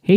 Hey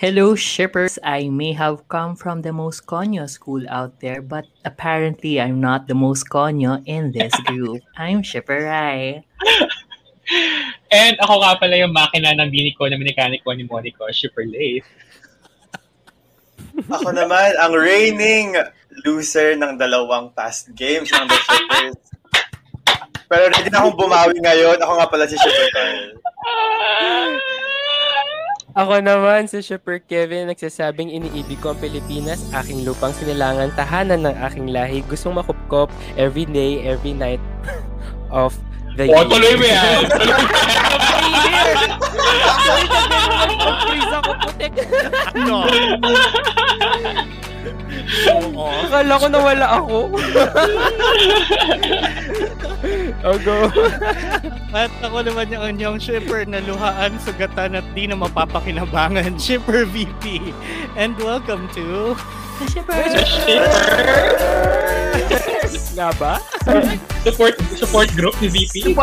Hello, shippers. I may have come from the most conyo school out there, but apparently I'm not the most conyo in this group. I'm Shipper Rai. And ako nga pala yung makina ng bini ko na mechanic ko ni Monica, super late. Ako naman, ang reigning loser ng dalawang past games ng The Shippers. Pero ready na akong bumawi ngayon. Ako nga pala si Shipper Carl. Ako naman si Shipper Kevin, nagsasabing iniibig ko ang Pilipinas, aking lupang sinilangan, tahanan ng aking lahi, gustong makupkop every day, every night of the year. O, Oh, tuloy mo yan! Tuloy mo yan! Pag-freeze ako, putik. Akala ko nawala ako. oh, go. At ako naman yung anyong shipper na luhaan, sugatan at di na mapapakinabangan, Shipper VP. And welcome to... The Shipper! Nga ba? Support, support group ni VP.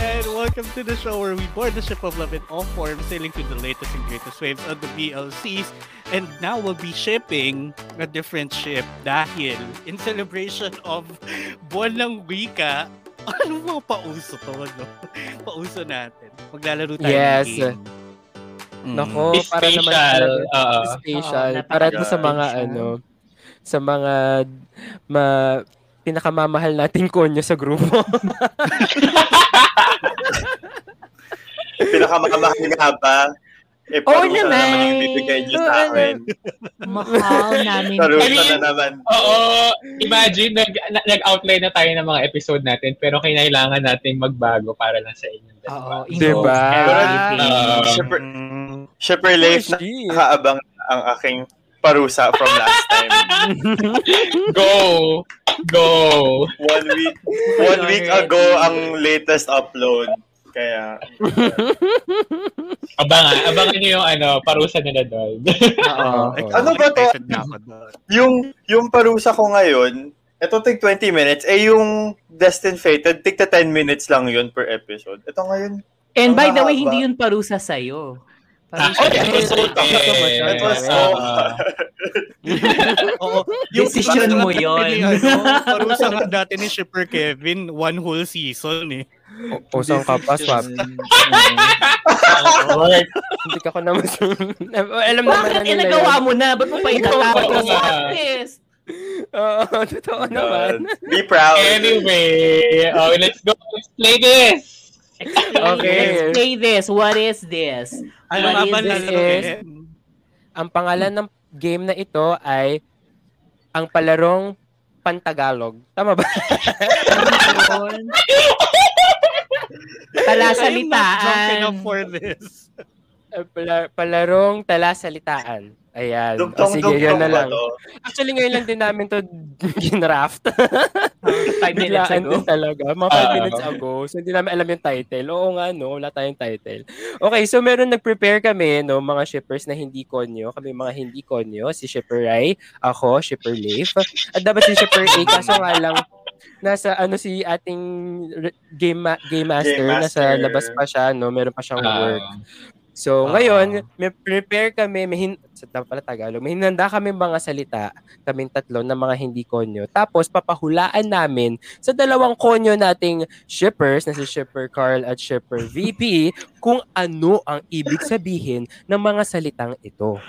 And welcome to the show where we board the ship of love in all forms, sailing through the latest and greatest waves of the BLCs. And now we'll be shipping a different ship dahil in celebration of buwan ng wika, ano mga pauso pa, ano? Pauso natin. Maglalaro tayo Yes. ng game. Mm. Nako, It's para naman facial, talaga- oo. It's facial. Oo, para dun sa napaka- mga facial. ano, sa mga ma, pinakamamahal nating konyo sa grupo. Pinakamamahal nga ba? Eh, Oo parusa na naman yung bibigay niyo sa Oo, akin. Mahal namin. Parusa I na mean- naman. Oo, imagine, nag, na- nag-outline na tayo ng mga episode natin, pero kailangan natin magbago para lang sa inyo. Oo, dalawa. involves Diba? everything. Um, Ah. Shipper, Shipper Leif, Oh, shit. nakaabang ang aking parusa from last time. Go! Go! One week, one week ago ang latest upload. Kaya, Abangan, abangan nyo yung ano, parusa nila doon. Ah, oh, Oo. ano ba to? yung yung parusa ko ngayon, ito take 20 minutes, eh yung Destined Fated, take the 10 minutes lang yun per episode. Ito ngayon, And by the way, Mahaba. hindi yun parusa sa'yo. Parusa Okay, sa'yo. episode eh. it was Yeah. so... Oo. Decision mo yun. ano, Parusa nga dati ni Shipper Kevin, one whole season eh. O, saan ka pa, swap? Work. Hindi ka ko naman. Alam naman na Bakit nila ginagawa yun. mo na? Ba't mo pa itatapos Oo nga. sa office? Oo, totoo naman. God. Be proud. Anyway, oh, let's go. Let's play this. Okay. Let's play this. What is this? Ano What nga is ba this? lalaro Ang pangalan ng game na ito ay ang palarong pantagalog. Tama ba? Yun. Talasalitaan. enough for this. Ang pala- palarong talasalitaan. Ayan. O Ah, sige, Dugtong-dugtong yun na ba lang. to? Actually, ngayon lang din namin to ginraft. Five minutes Biglaan ago. din talaga. Mga 5 Ah. minutes ago. So, hindi namin alam yung title. Oo nga, no? Wala tayong title. Okay, so meron nag-prepare kami, no? Mga shippers na hindi konyo. Kami mga hindi konyo. Si Shipper Rai, ako, Shipper Leif. At dapat si Shipper A, kaso nga lang, nasa ano si ating re- game, ma- game, master, Game master. nasa labas pa siya, no? Meron pa siyang work. Ah, So, Ah. ngayon, may prepare kami, may hin- sa tama pala Tagalog, may hinanda kami mga salita, kaming tatlo na mga hindi konyo. Tapos, papahulaan namin sa dalawang konyo nating shippers, na si Shipper Carl at Shipper VP, kung ano ang ibig sabihin ng mga salitang ito.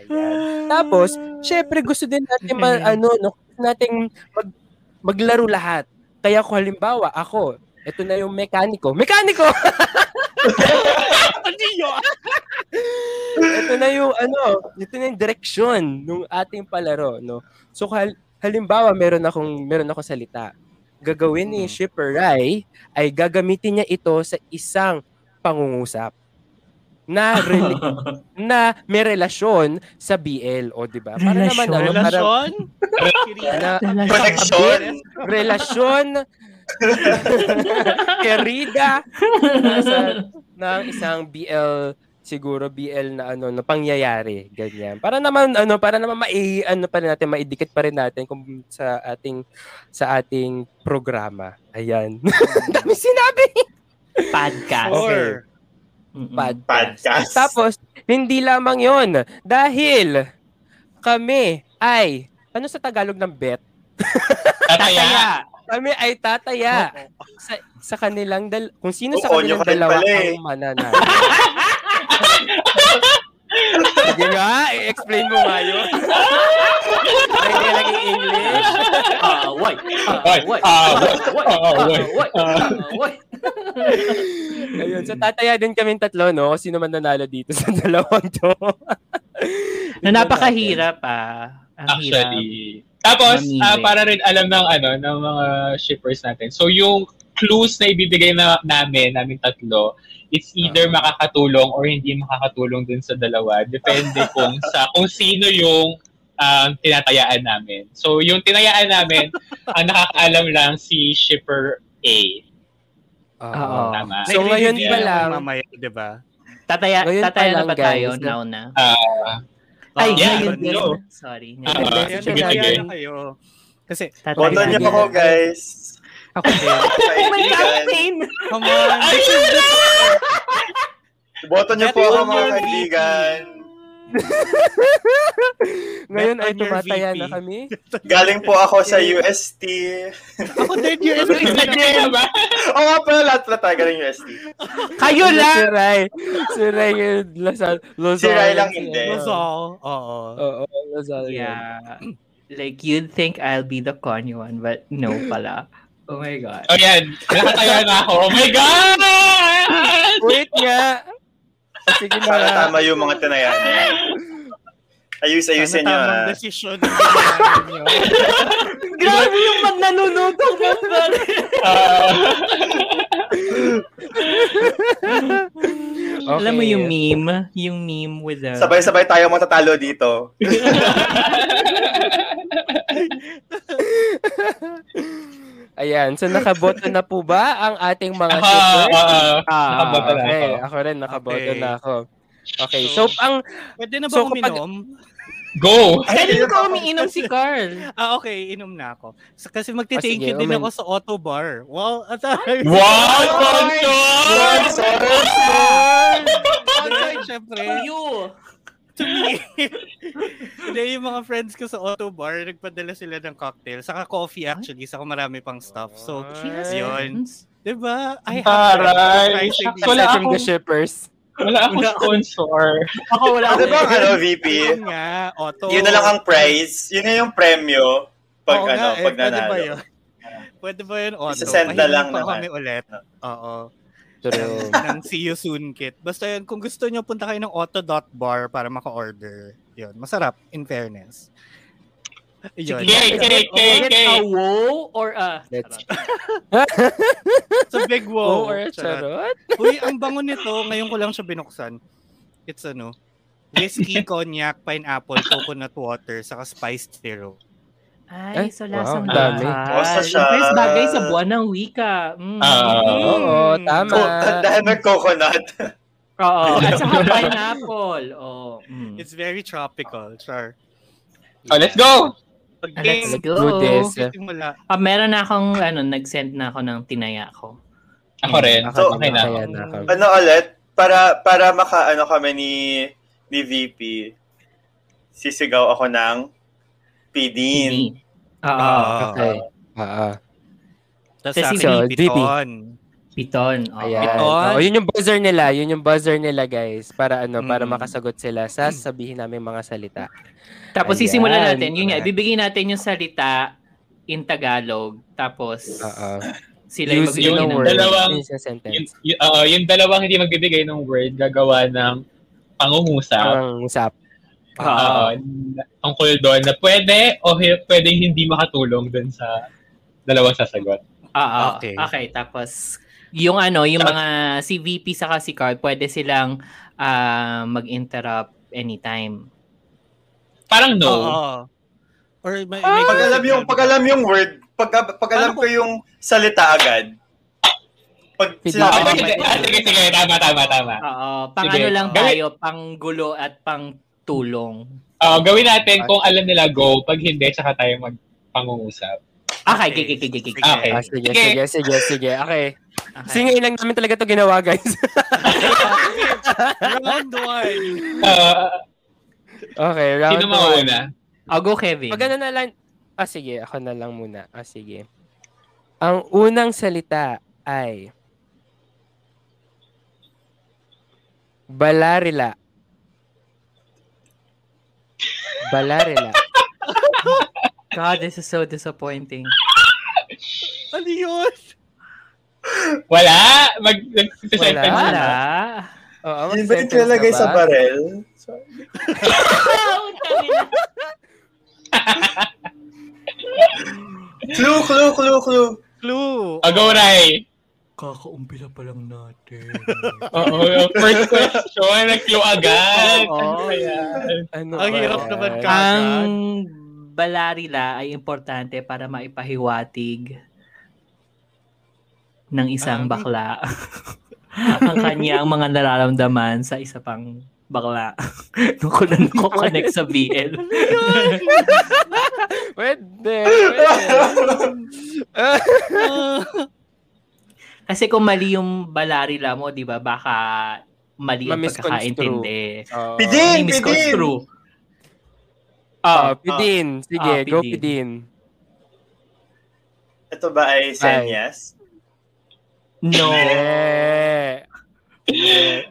Ayan. Tapos, syempre gusto din natin ma- ano, no, gusto nating mag- maglaro lahat. Kaya kung halimbawa, ako, ito na yung mekaniko. Mekaniko! ano yun? ito na yung ano, ito na yung direksyon ng ating palaro, no? So hal- halimbawa meron akong meron akong Mm-hmm. salita. Gagawin ni Shipper Rai ay gagamitin niya ito sa isang pangungusap na rela- na may relasyon sa BL o di ba? Para naman ano, Relasyon? para Relasyon? na Connection? relasyon querida nasa, ng isang BL siguro BL na ano na pangyayari ganyan. Para naman ano para naman mai ano pa rin natin maidikit pa rin natin kung sa ating sa ating programa. Ayan. Dami sinabi. Podcast. Okay. Or Mm-mm. Podcast. podcast. Tapos, hindi lamang yon Dahil, kami ay, ano sa Tagalog ng bet? Tataya. Kami ay tataya sa, sa kanilang dal kung sino sa Oo, nyo kanilang ka rin dalawa pala eh. ang mananalo. Sige nga, i-explain mo nga yun. Hindi lang in English. Ah, why? Ah, Oy, why? ah, why? ah, Ah, why? why? Ah. Ah, why? Ayun, so tataya din kami tatlo, no? Kung sino man nanalo dito sa dalawang to. Na napakahirap ah. Ang hirap. Actually. Tapos, Mamili. ah, para rin alam ng ano ng mga shippers natin. So, yung clues na ibibigay na namin, namin tatlo, it's either makakatulong or hindi makakatulong dun sa dalawa. Depende kung sa kung sino yung um, tinatayaan namin. So, yung tinayaan namin, ang nakakaalam lang si shipper A. Oo. Tama. Ah. So, ngayon pa lang. Mamaya, di ba? Tataya, Ngayon pa tataya na lang, ba tayo guys, now na? Ah, Ay, Ah, yeah, ngayon no. din. Sorry. Ah, ngayon. ah, Ayan, sige, ayan sige. na kayo. Kasi, Tataya Boto na. niyo ako, guys. ako din. Oh my God, pain! Come on. This is the Boto niyo po Get ako, on mga your kaibigan. Ngayon Bet ay on your tumataya VP. na kami. Galing po ako sa UST. Ako din, US Nag-game ba? Oo nga pala, lahat pala tayo galing UST. Kayo lang! Si Ray. Si Ray yung Lasal. Lozal. Si Ray lang hindi. Luzon. oh. Oo. Oo, Lozal. yun. Yeah. Like, you'd think I'll be the corny one, but no pala. Oh my God. Oh, yan. Nakataya na ako. Oh my God! Wait nga. Sige na. Para tama yung mga tinayaan niyo. Ayus-ayusin Sana niyo, tamang ah. desisyon ang ginawa niyo. Grabe yung magnanunutong mo, pare. Ah. Okay. Alam mo yung meme? Yung meme with the... Sabay-sabay tayo matatalo dito. Ayan. So, nakaboto na po ba ang ating Ah, mga Ako, shipper? oo. nakaboto na okay. ako. Ako rin, nakaboto Okay. na ako. Okay. So, ang... Pwede na ba So, kapag- uminom? Go! Kanina ko umiinom si Carl. Ah, okay. Inom na ako. So, kasi magti-thank Ah, sige, you din umin- ako sa auto bar. Well, at Wow! Sponsor! Then, syempre, To you. to me. Hindi, yung mga friends ko sa auto bar, nagpadala sila ng cocktail. Saka coffee actually. Saka marami pang stuff. So, She has Yun. friends. di ba? I Aray! Surprising. Wala Aside from akong, the shippers. wala akong sponsor. Ako wala Ano akong ba ang ano, VP? Yun nga, auto. Yun na lang ang prize. Yun na yung premyo. Pag Oo ano, nga, eh, pag pwede ba nanalo. yun? Pwede ba yun auto? Isasend na Mahilig lang pa naman. Ah. kami ulit. Oo. True. ng See You Soon kit. Basta yun, kung gusto nyo, punta kayo ng auto.bar para maka-order. Yun, masarap, in fairness. Yun. Sige, sige, sige, Is it sige. a woe or uh, a... Let's- It's a big Go wow. or Charot. charot? Uy, ang bango nito, ngayon ko lang siya binuksan. It's ano, whiskey, cognac, pineapple, coconut water, saka spiced syrup. Ay, Ay, so Eh? wow, lasang ang wow, dami. Oh, Basta siya. First Ah, bagay sa buwan ng wika. Mm. Ah. Oo, tama. Ko, tandaan na coconut. Oo. At saka pineapple. Oo. Mm. It's very tropical, char. Oh, let's go! Pag Let's game, go. Do this. simula. Ah, meron na akong, ano, nag-send na ako ng tinaya ko. Mm, Ako rin. Ako So, okay na. Kaya na ako. Ano ulit? Para para maka ano kami ni ni VP. Sisigaw ako ng pidin. Hindi. Oo. Okay. Ah, ah. Tapos Kasi sa so, akin, DP. piton. Piton. Oo. Ayan. Piton. Oo, yun yung buzzer nila. Yun yung buzzer nila, guys. Para ano, para Mm. makasagot sila sa sabihin namin mga salita. Tapos Ayan. sisimulan natin. Yun nga, Ayan. ibibigay natin yung salita in Tagalog. Tapos Oo. sila yung Use yun magbibigay ang ng word. Dalawang- Yun sa Yung, sentence. yung, oo, ah, yung dalawang hindi magbibigay ng word, gagawa ng pangungusap. Ang usap. Ah, Oo. tungkol doon na pwede o he, pwedeng Ah, hindi makatulong doon sa dalawang sasagot. Oo. Okay. Okay. Ah, Tapos Yung ano, yung mga si VP sa si Carl, pwede silang ah, mag-interrupt anytime. Parang no. Oo. Or may, may Pag alam Ah! yung, pag alam yung word, pag, pag alam Ano ko yung salita agad, pag Hindi. Ah, sinabi okay, sige, ah, sige, sige, tama, tama, tama. Oo, pang Sige. ano lang Gawin- tayo, pang gulo at pang tulong. Oo, Ah, gawin natin kung alam nila go, pag hindi, tsaka tayo magpangungusap. Okay, gigi, gigi, gigi. Okay. Ah, sige, Sige. sige, sige, sige. Okay. Okay. Sige, ngayon lang namin talaga to ginawa, guys. round one. Ah, okay, round sino one. mauna? Oh, go Kevin. Pag ano na lang... Ah, sige. Ako na lang muna. Ah, sige. Ang unang salita ay... Balarila. Balarila. God, this is so disappointing. Ano yun? Wala? Mag, nag-decide Wala. pa sila. Wala. Oo, Yun ba yung mag-sentence nilalagay na sa barel? Clue, clue, clue, clue. Clue. Oh, go, Ray. Kakaumpila pa lang natin. Oo, first question, nag-clue agad. Oo. Ano yan? Ano Ang ba hirap yan? naman ka. Ang balarila ay importante para maipahiwatig ng isang Um, bakla ang kanyang mga nararamdaman sa isa pang bakla. Nung ko na connect sa BL. Pwede, pwede. Kasi kung mali yung balarila mo, di ba, baka mali ang Ma-misconstrue. pagkakaintindi. Oo. Pidin, pidin. misconstrue. Ah, pidin. Sige, Ah, go pidin. pidin. Ito ba ay senyas? No. Eh.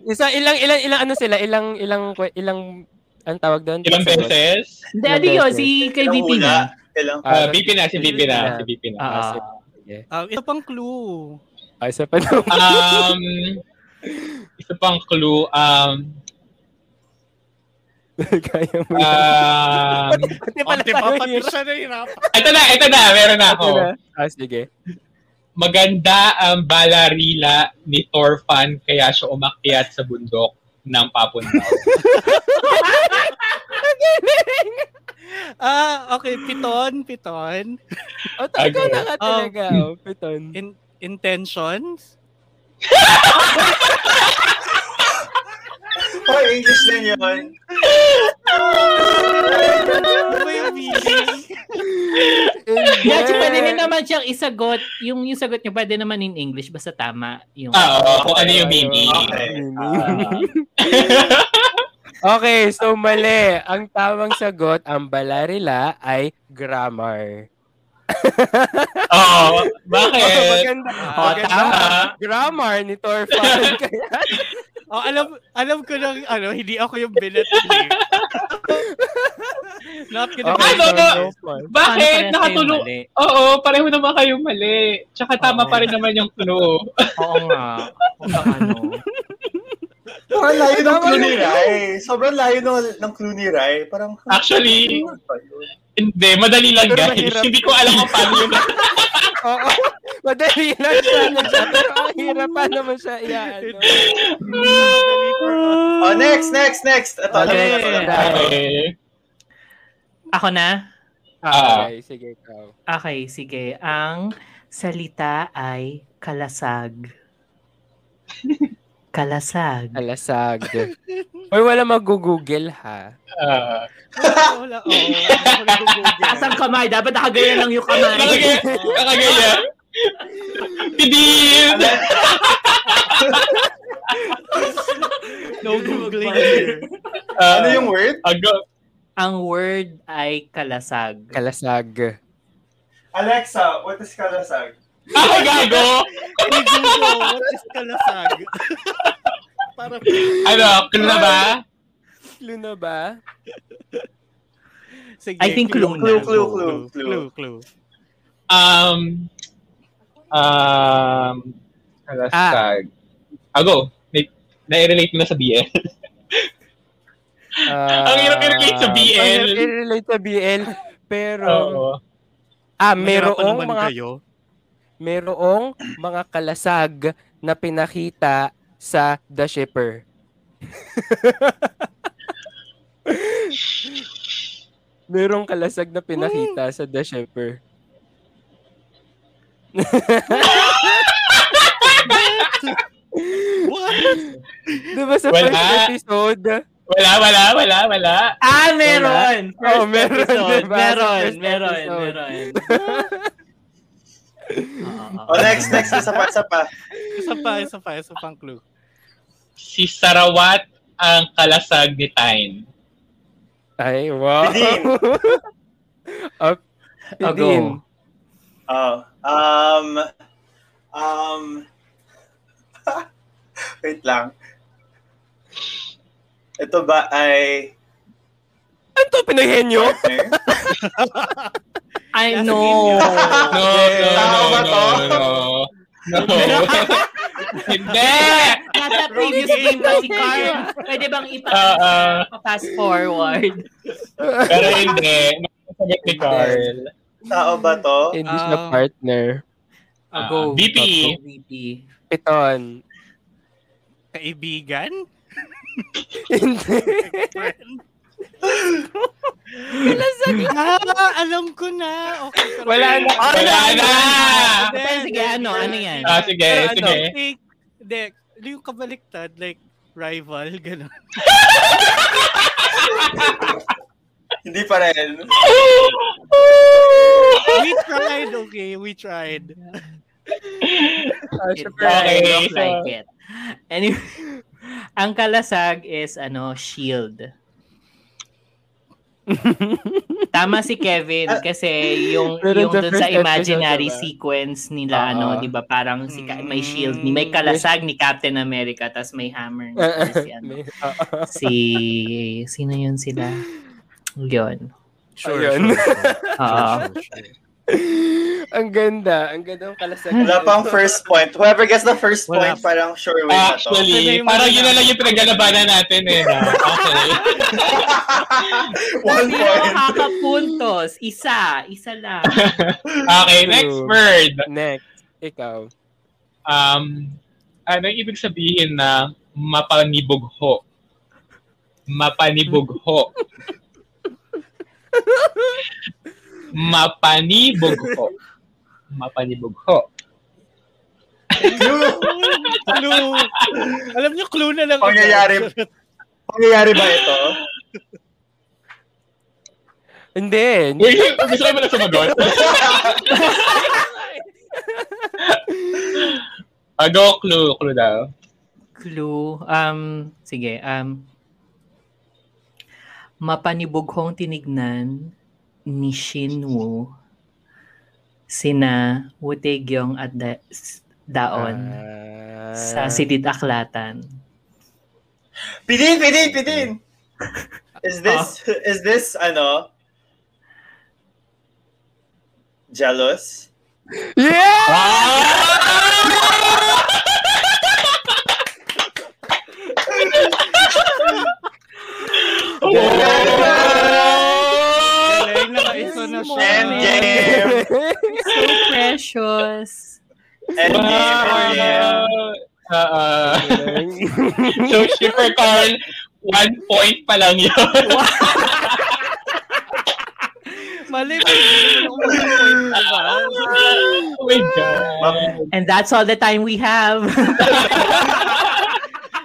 Isa ilang ilang ilang ano sila, ilang ilang ilang ang tawag doon? Ilang Sagot. beses? Hindi, ano yun? Si kay Ilang VP hula? na. Ilang Ah, BP na, si BP na, Ah. si BP na. Ah, Ah, ito pang clue. Ah, isa pa doon. Um, isa pang clue, um, Kaya mo. um, Pati Pala pala tayo hirap. siya nahirapan. ito na, ito na, meron na ako. Ito na. Ah, sige. Maganda ang balarila ni Torfan kaya siya umakyat sa bundok ng papunta. Ah, okay. Piton, piton. Oh, talaga Okay. na nga Um, Oh. talaga. Oh, piton. In- intentions? Oh, English din yun. Ano ba yung meaning? Yeah, tsaka pwede rin naman siyang isagot. Yung, yung sagot niya pwede naman in English basta tama yung Ah, Oo, kung ano yung meaning. Okay. Ah, Okay, so mali. Ang tamang sagot, ang balarila ay grammar. Oo, Oh, bakit? maganda. Oh, maganda. Grammar ni Torfan. Kaya Oh, alam, alam ko lang, ano, hindi ako yung binet niya. Not gonna Okay, be- so- no. Torfan. Parang Bakit? parehas Nakatulong. tayong mali. Oo, pareho naman kayo mali. Tsaka tama Oo. pa rin naman yung clue. Oo nga. Kung ano. Sobrang layo ng clue ni Rai. Sobrang layo ng, ng clue ni Rai. Parang, Actually, hindi. Madali lang, Pero guys. mahirap. Hindi ko alam kung paano yun. Ah, Oo. Madali lang siya. Pero ang hirap pa naman siya iyaano. Oh, next, next, next. Ito, alam Okay. ko, ito, alam ko. Okay. Ako na? Ah. Okay, sige, ikaw. Okay, sige. Ang salita ay kalasag. Kalasag. Alasag. Uy, wala mag-google ha. Ah. oh, Wala, oo. Hindi ako nag-google. Taas ang kamay. Dapat nakagaya lang yung kamay. Nakagaya. Nakagaya. Pidin! No googling here. Ah, Ano yung word? Ago. ang word ay kalasag. Kalasag. Alexa, what is kalasag? Ah, gago! Hey, Google, what is kalasag? Para Ano, clue na ba? Clue na ba? Sige, I think clue Clue, na. clue, clue, clue. Clue, clue. Um, um, hashtag. Ago, na- nai-relate mo na sa BL. Ah, Ang hirap i-relate sa BL. Ang hirap i-relate sa BL. Pero, Oo. ah, Mayroon merong naman mga, kayo. merong mga kalasag na pinakita sa The Shipper? Merong kalasag na pinakita sa The Shipper. What? Diba sa Wala. first episode? Wala, wala, wala, wala. Ah, meron! First Oh, meron, episode. diba? Meron, First meron, episode. meron. Oo. O, Oh, next, next, isa pa, isa pa. Isa pa, isa pa, isa pang clue. Si Sarawat ang kalasag ni Tyne. Ay, wow. Pidim. Up. I'll Pidim. go. Oh, um, um, wait lang. Ito ba ay eh? Ano to, pinaghenyo? partner? I Nasa know! No, no, no, Tao ba no, to? no, no. Hindi! Nasa previous game kasi, Carl. Pwede bang Ah, ah. ipa-fast forward? Pero hindi. Masagot ni Carl. Tao ba to? Hindi siya Ah. partner. Ah, Uh, Go. VP. Go, VP. Piton. Kaibigan? Hindi. ah, alam ko na. Okay, pero- Wala na. Wala na! Hindi, Pero sige, hindi, ano, hindi. ano yan? Ah, sige, Pero ano, sige. think, hindi, yung kabaliktad, like, rival, gano'n. Hindi pa rin. We tried, okay, we tried. Ah, It syempre. Okay, doesn't look so- like it. Anyway, ang kalasag is ano, shield. Tama si Kevin kasi yung Ah, Pero yung the dun sa first episode, imaginary diba? sequence nila Oo. ano, 'di ba? Parang si Ka- may shield ni may Mm. kalasag ni Captain America tas may hammer Ah, ah, ni si ano. may- ah, ah. Si sino yun sila? Yun. Sure, Ayun. Oo. ang ganda. Ang ganda ng kalasag. Wala pang first point. Whoever gets the first Wala. point, parang sure win na to. Ah, Actually, parang yun na lang yung pinaglalabanan natin eh. no? Okay. One Sino point. kakapuntos? Isa, isa lang. Okay, next word. Next. Ikaw. Um, ano yung ibig sabihin na mapanibugho? Mapanibugho. mapanibugho. Mapanibugho. Yung clue. Alam niyo, clue na lang. Pangyayari. Pangyayari ba ito? Hindi. Wait, gusto ko pala sumagot. Ah, go, clue, clue daw. clue. Um, sige, um, mapanibughong tinignan ni Shinwoo sina Wutegyong at da- s- Daon Ah. sa Sidid Aklatan. Pidin, pidin, pidin! Is this, is this, ano, jealous? Yeah! Oh, Galing, naka-iso eh, na siya. eh. And game! So precious! And game, and game. Ah, ah. so, Shipper Carl, one point pa lang yun. Mali, may hindi naman ako mag-point, diba? oh my God. And that's all the time we have!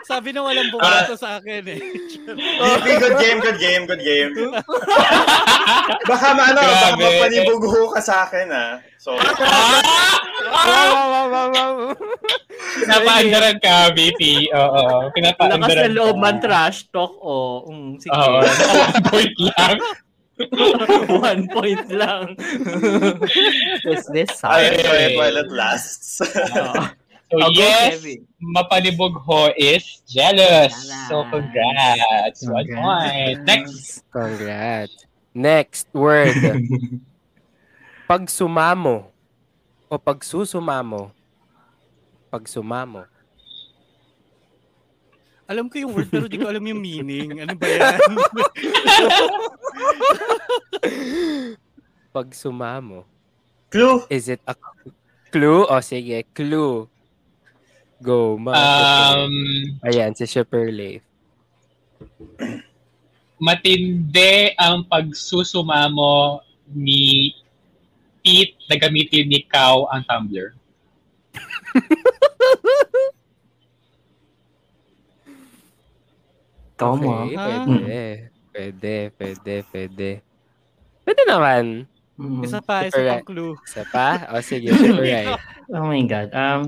Sabi na walang Ah. bukaso sa akin eh. DP, good game, good game, good game. Baka maano, baka Grabe. Ah, mapanibugo ka sa akin, ah. So, Wow, wow, wow, wow, wow. Pinapaandaran ka, VP. Oo, Lakas na pinapaandaran loob ka. man trash talk, oh. Mm, sige. Oo, one point lang. One point lang. Was this I song? enjoy it while it lasts. Oo. So, I'll go, yes, Kevin. mapanibugho is jealous. So, Congrats. congrats. One point. Next. Congrats. Next word. Pagsumamo. O pagsusumamo. Pagsumamo. Alam ko yung word pero di ko alam yung meaning. Ano ba yan? Pagsumamo. Clue! Is it a clue? O sige, clue. Oh, Go, ma. Um, Ayan, si Shipper Leif. matindi ang pagsusumamo ni Pete na gamitin ni Kao ang Tumblr. Tama. Okay, pwede. Pwede, pwede, pwede. Pwede naman. Mm. Isa pa, isa Alright. pang clue. Isa pa? O sige, Shipper Rai. Oh my God. Um,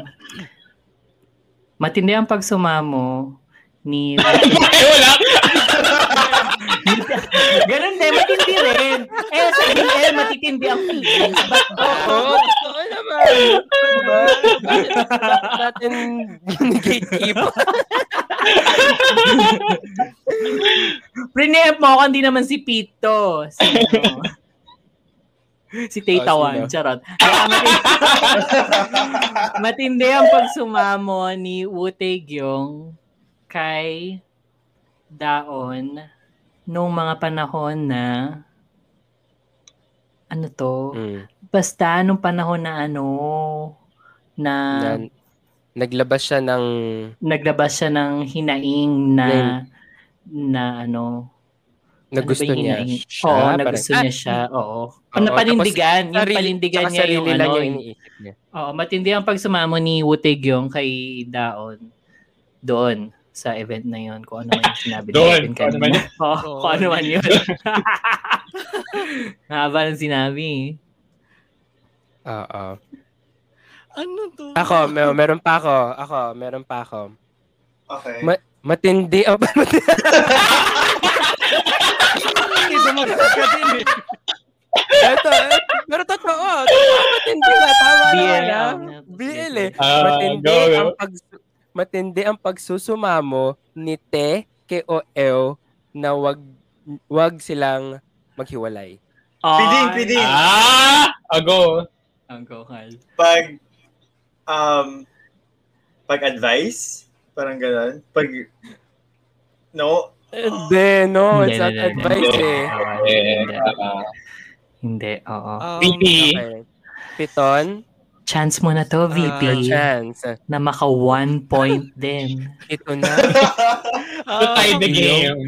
matindi ang pagsumamo ni... Ay, wala! Ganun din, matindi rin. Eh, sa BL, matitindi ang feelings. But, Oo, totoo naman. Diba? Bakit natin ginigatekeep? Renep mo ako, hindi naman si Pito. Si, ano, si Tita Oh, Wan, sino? charot. Ah, matindi- Matindi ang pagsumamo ni Wu Taegyong kay Daon nung mga panahon na ano to? Mm. Basta nung panahon na ano na Yan. Naglabas siya ng... naglabas siya ng hinaing na na ano Nagusto ba yung niya hinaing? siya. Oo, parang- nagusto niya siya. Oo. Oo, napalindigan. tapos Yung sarili- palindigan tsaka niya yung sarili lang ano. yung iniisip niya. Oo, matindi ang pagsumamo ni Wutig yung kay Daon doon sa event na yun. Kung ano man yung sinabi natin Doon, kung ano kanina. Oo, Doon. kung ano man yun. Haba ng sinabi. Oo. Ano to? Ako, mer- meron pa ako. Ako, meron pa ako. Okay. Ma- Matindi. Oh, matindi. Ay, dumagdag ka din eh. Ito, eh, pero totoo. totoo, Matindi na. Tama na. BL wala. lang. BL eh. Ah, matindi, go, go. Ang pag, matindi ang pagsusumamo ni Te kay OL na wag wag silang maghiwalay. Piding, piding. Ah! Ago! Ang kokal. Pag, um, pag advice, parang ganun. Pag, no, Hindi, no. Oh, Hindi, hindi, It's not hindi. advice eh. Bawal. Eh, Hindi. ah, Hindi, oo. Um, Piti. Okay. Piton, Chance mo na to, VP, your Ah, chance. na maka one point din. Ito na. Um, To tie the game.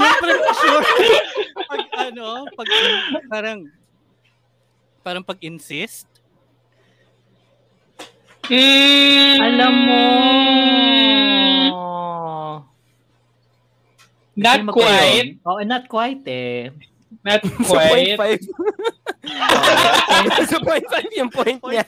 Siyempre, sure. Ah! pag ano, pag parang parang pag insist. Mm, Alam mo. Not quite. Oh, not quite eh. Not Sa point quite. five. Sa point five yung point niya.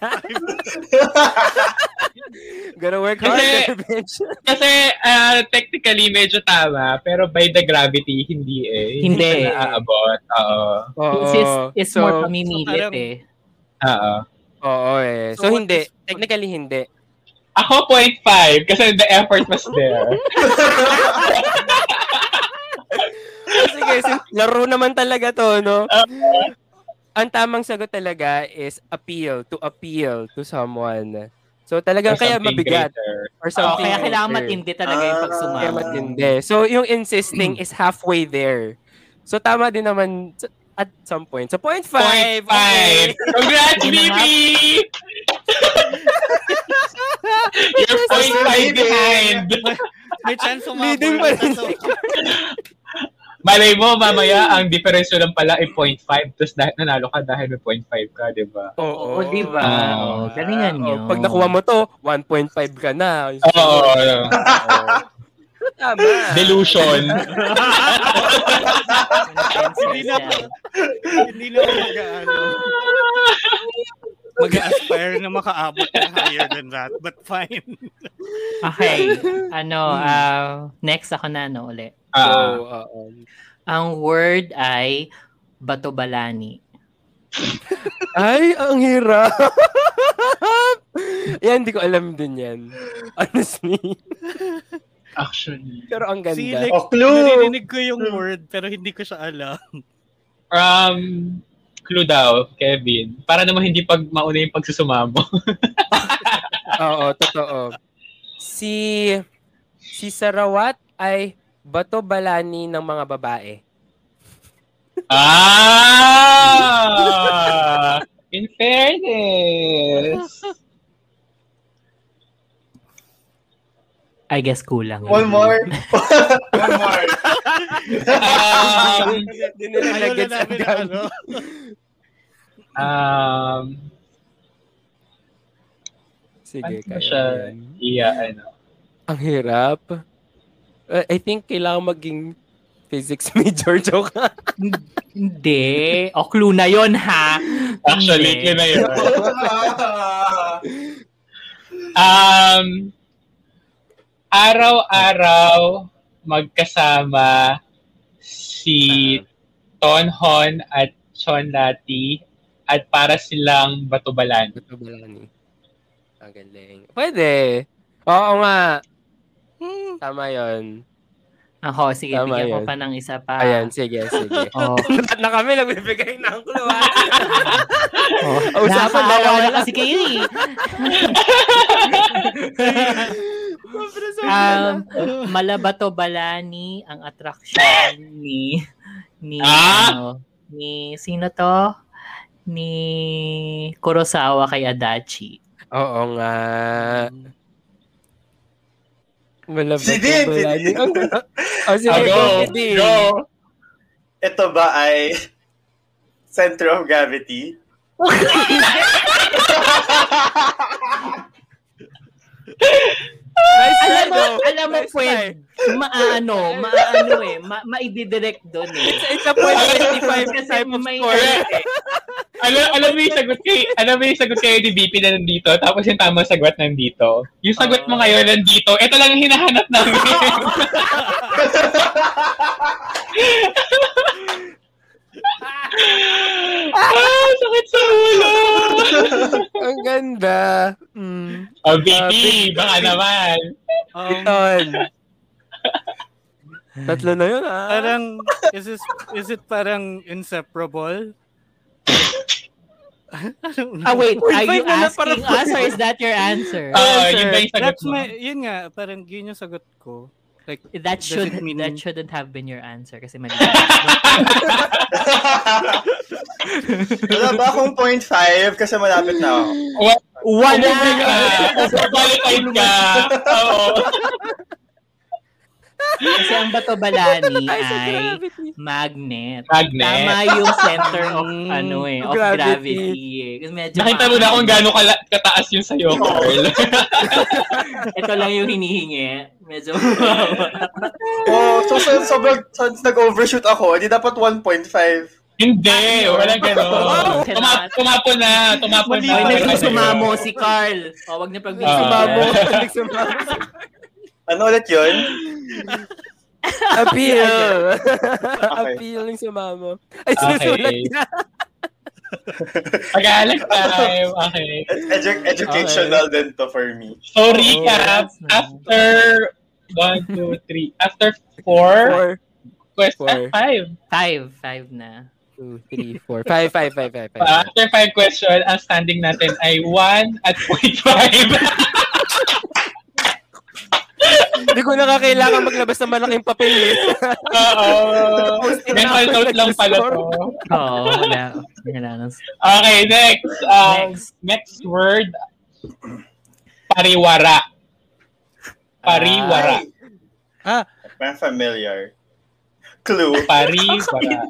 Gonna work hard, Kasi- gonna bench. Kasi ah, technically medyo tama, pero by the gravity, hindi eh. Hindi. siya Naaabot. Oo. Oo. It's, it's, it's So, more pamimilit so parang- eh. Oo. Oo eh. So, So, what hindi. is- Technically, hindi. Ako 0.5 kasi the effort was there. Sige, sin- laro naman talaga to, no? Uh-huh. Ang tamang sagot talaga is appeal, to appeal to someone. So talagang For kaya something mabigat greater. or Oh, something. kaya kailangan greater. matindi talaga yung Ah, pagsumama. Kaya matindi. So yung insisting is halfway there. So tama din naman s- at some point. So point five. Point five. Congrats, Bibi! You're point five behind. May chance umabot. Leading pa rin. Malay mo, mamaya, ang difference nyo lang pala ay 0.5. Tapos dahil nanalo ka dahil may 0.5 ka, di ba? Oo, Oo, di ba? Ah, Oo, galingan Oo, Oh, yun. pag nakuha mo to, 1.5 ka na. Oo. Oh, Tama. Delusion. Hindi na ako- Hindi na ako mag-ano. Mag-aspire na makaabot na higher than that. But fine. Okay. Ano, ah, next ako na, ano, uli. So, Ah. oo. Ang word ay batobalani. Ay, ang hirap. yan, hindi ko alam din yan. Honestly. Actually. Pero ang See, ganda. like, Oh, clue! naririnig ko yung word pero hindi ko siya alam. Um, clue daw, Kevin. Para naman hindi pag mauna yung pagsusumamo. Oo, totoo. Si si Sarawat ay bato balani ng mga babae. ah! In fairness. I guess kulang. yun. One more. One more. Um, Ayaw na Dinilagyan sa namin ng gamit. ano. um, Sige, ano ba kaya siya? mo yan. Iya, ano. Ang hirap. Uh, I think kailangan maging physics major joke. Hindi. O, clue na yon ha. Actually, Hindi. yun na yun. Um, araw-araw magkasama si Tonhon at Chonlati at para silang batubalan. Ito ba lang Ang galing. Pwede. Oo nga. Hmm, Tama yon. Ako, sige, Tama bigyan ko yun. pa ng isa pa. Ayan, sige, sige. Oh. Lahat na kami nagbibigay ng clue. ah. oh. Usapan dalawa Nakakaawa na lang. kasi kayo eh. Sobrang sobrang Um, Malabato Balani ang attraction ni ni Ah! ano, ni sino to? Ni Kurosawa kay Adachi. Oo nga. Malabas Si Dean, si Dean. Oh, sige, Ah, go, go, si Dean. go. Ito ba ay center of gravity? Nice try, Alam mo, though. alam mo, Nice try. pwede. Maano, maano eh. Ma, maididirect doon eh. It's, it's a point 25 Kasi type of may- score. Alam, alam mo yung sagot kay, alam mo yung sagot kayo ni BP na nandito, tapos yung tamang sagot nandito. Yung Ah. sagot mo ngayon nandito, ito lang ang hinahanap namin. ah, sakit sa ulo! Ang ganda. Hmm. Mm. Oh, Ah, BP, baka naman. Um, Ton. Tatlo na yun, ah. parang, is, this, is it parang inseparable? Ah, wait. Are you five na lang para asking us or is that your answer? Yes, Ah, yun sir. ba yung sagot That's mo? my, yun nga, parang yun yung sagot ko. Like, That does should it mean- that shouldn't have been your answer kasi mali. Wala ba akong 0.5 kasi malapit na ako? Ano Wala! Overqualified Ah, ka. Oo. Kasi ang Bato Balani Ay, sa ay gravity. magnet. Magnet. Tama yung center of ano eh, of Mm, Gravity. gravity. eh. Medyo Nakita mo na kung gaano kala- kataas yung sayo, Carl. Ito lang yung hinihingi. Medyo mababa. Oh, so, so, sobrang since nag-overshoot ako, hindi dapat 1.5. Hindi, walang Oh, gano'n. Tuma- salamat. tumapo na, tumapo Mali na. ba? Ay, Tumapo na Naging sumamo si Carl. O, wag na pag Ah. Sumamo. sumamo. Sumamo. Ano ulit yun? Appeal. Okay. Appeal yung sumamo. Ay, Okay. susulat na. Tagalog time. Okay. Ed- edu- educational din to for me. So, recap. Oo. After one, two, three. After four, Four, questions. four. Ah, five. Five. Five na. two, three, four. Five, five, five, five, five. Ah, after five question, ang standing natin ay one at point five. Hindi ko na kakailangan maglabas ng malaking papel eh. Oo. Mental note lang pala to. Oo, wala. Wala nang Okay, next. Um, Next. next word. Pariwara. Ah. Pariwara. Parang familiar. Clue. Pariwara.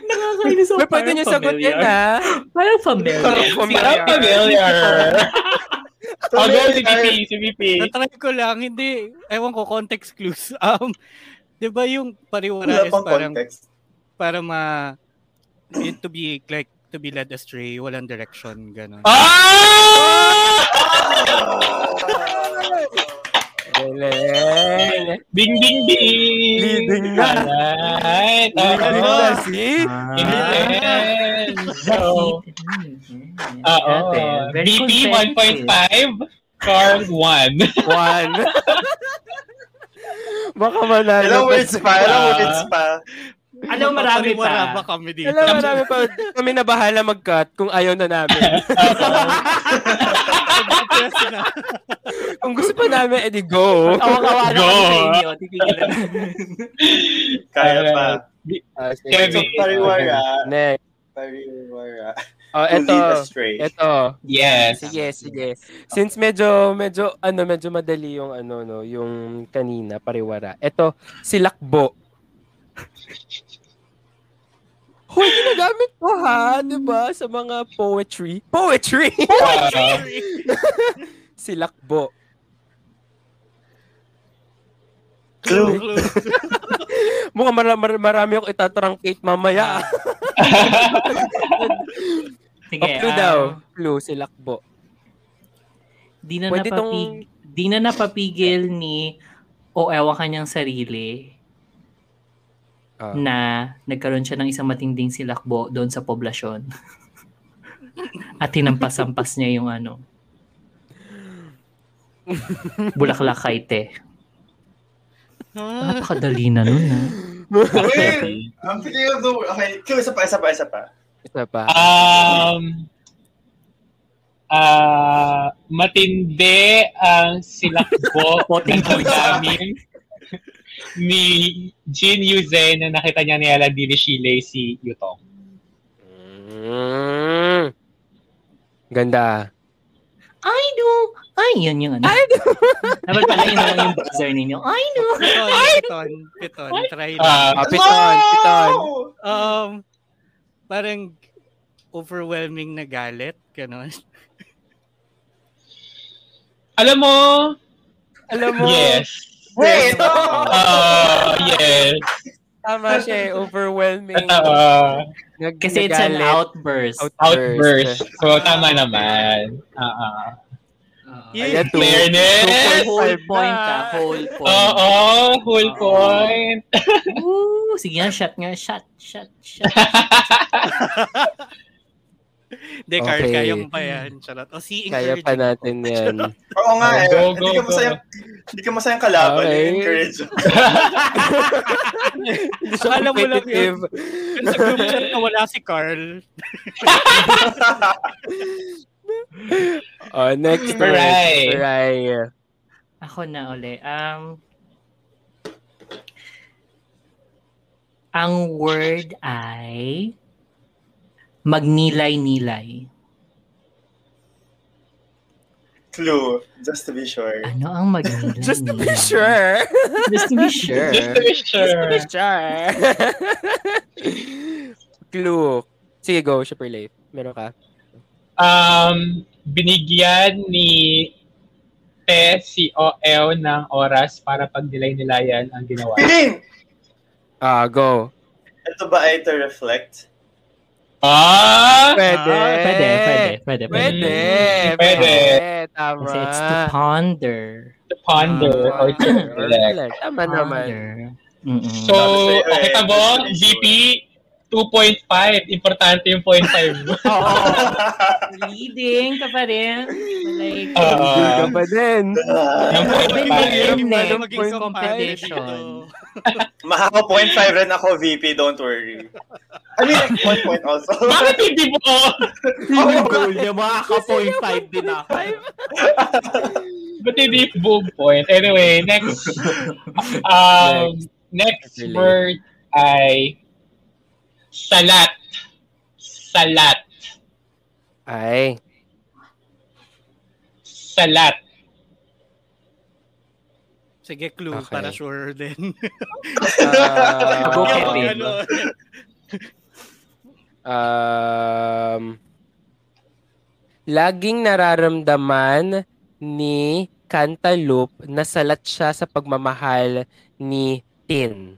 Nakakainis ako. Pero pwede Parang niyo sagot familiar. yan ha. Parang familiar. Parang familiar. I'll go si VP, si VP. Natry ko lang, hindi, ewan ko, context clues. Um, di ba yung pariwara Wala is pang parang, context. para ma, yun to be, like, to be led astray, walang direction, gano'n. Ah! Galing. Ding, ding, ding! Leading na. Alright, ano Galing oo. na, see? Ah. Intent. So, oo. Oo. VP 1.5, Carl 1. One. Baka manalo. Ilang words pa, ilang Ah. words pa. Alam mo, marami pa. Papariwara ba kami dito? Alam, marami pa. Kami na bahala mag-cut kung ayaw na namin. kung gusto pa namin, edi go. Tawa-kawa na kami sa Go. inyo. Titigilan. Kaya pa. Alright. Ah, sige. Kevin. So, pariwara. Next. Pariwara. Oh, To lead eto. astray. Eto. Yes. Sige, sige. Since medyo medyo ano medyo madali yung ano no, yung kanina pariwara. Ito si Lakbo. Hoy, ginagamit ko ha, 'di ba, sa mga poetry. Hmm. Poetry. Uh, si Lakbo. Clue. Mukhang mar- mar- marami akong itatrangkate mamaya. ah. Sige. Oh, clue ah, daw. Clue si Lakbo. Di na Pwede tong- napapig, di na napapigil ni o ewa kanyang sarili Ah. na nagkaroon siya ng isang matinding silakbo doon sa poblasyon. At hinampas-ampas niya yung ano. Bulaklak kaite. Ah. Huh? Napakadali na nun, ah. ha? Wait! I'm thinking of the word. Okay, clue. Isa pa, isa pa, isa pa. Isa pa. um, ah matindi ang silakbo ng damdamin ni Jin Yuzen na nakita niya ni Aladin Shile si Yutong. Mm. Ganda. I know! Ay, yun yung ano. Dapat pala yun lang yung buzzer ninyo. I know! Piton, piton, piton. Try lang. Ah, Ah, piton, piton. Um, parang overwhelming na galit. Ganon. alam mo, Alam mo, yes. Wait! no! Ah, yes. tama siya eh, overwhelming. Ah, Nag- Kasi it's an nagalit. outburst. outburst. So, tama naman. Ah, ah. Ayan, two, Fairness! two Whole point point, five na. ha? ah. Whole point. Oo, whole point. Woo! Sige nga, shot nga. Shot, shot, shot. De, Carl, Okay. kayang pa yan. Charot. O, si Kaya pa natin yan. Oo nga eh. Go, hindi go, ka go. masayang, hindi ka masayang kalaban. Okay. eh. Encourage. Hindi siya Akala mo lang competitive. Sa group chat na wala si Carl. Oh, next one. Paray. Paray. Ako na uli. Um, ang word ay magnilay-nilay. Clue. Just to be sure. Ano ang magnilay-nilay? Just to be sure. Just to be sure. Just to be sure. Just to be sure. Clue. Sige, go. Super late. Meron ka. Um, binigyan ni Pe si OL ng oras para pagdilay-nilayan ang ginawa. Piling! Ah, go. Ito ba ay to reflect? Ah! Hmm, Pwede, Pwede. pwede, pwede, pwede. Pwede. Pwede. Tama. Kasi it's to ponder. To ponder Ah, or to reflect. reflect. Tama naman. Ponder. Mm-mm. So, Sabi sa'yo eh, okay ka just to mo, be sure. GP, 2.5. Importante yung 0.5 mo. Leading ka pa rin. Like, Oh, Oo. Hindi ka pa din. Yung Ayun, 0.5. eh. Walang maging Point compare dito. competition. Mahako 0.5 rin ako, VP. Don't worry. I mean, like, 1 point also. Bakit hindi mo? Oh, goal niya, makaka-point five din ako. But hindi boom point. Anyway, next. Um, next Relate. word ay salat. Salat. Ay. Salat. Sige, clue Okay. para sure din. Ah, Go, Yung Kevin. ano, Um, laging nararamdaman ni Cantaloupe na salat siya sa pagmamahal ni Tin.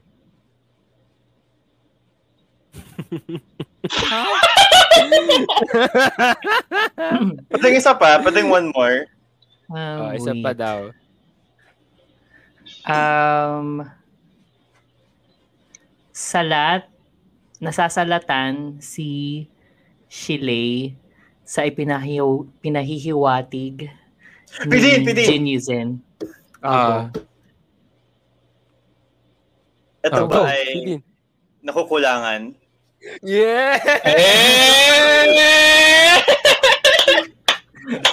Pwedeng isa pa. Pwedeng one more. Um, Oh, isa pa daw. Um, salat, nasasalatan si Shilay sa ipinahiw, pinahihiwatig ni Pidin, pidin. Jin Yuzen. Ah, Ito oh, go. ba ay Sige. nakukulangan? Yeah! Eh!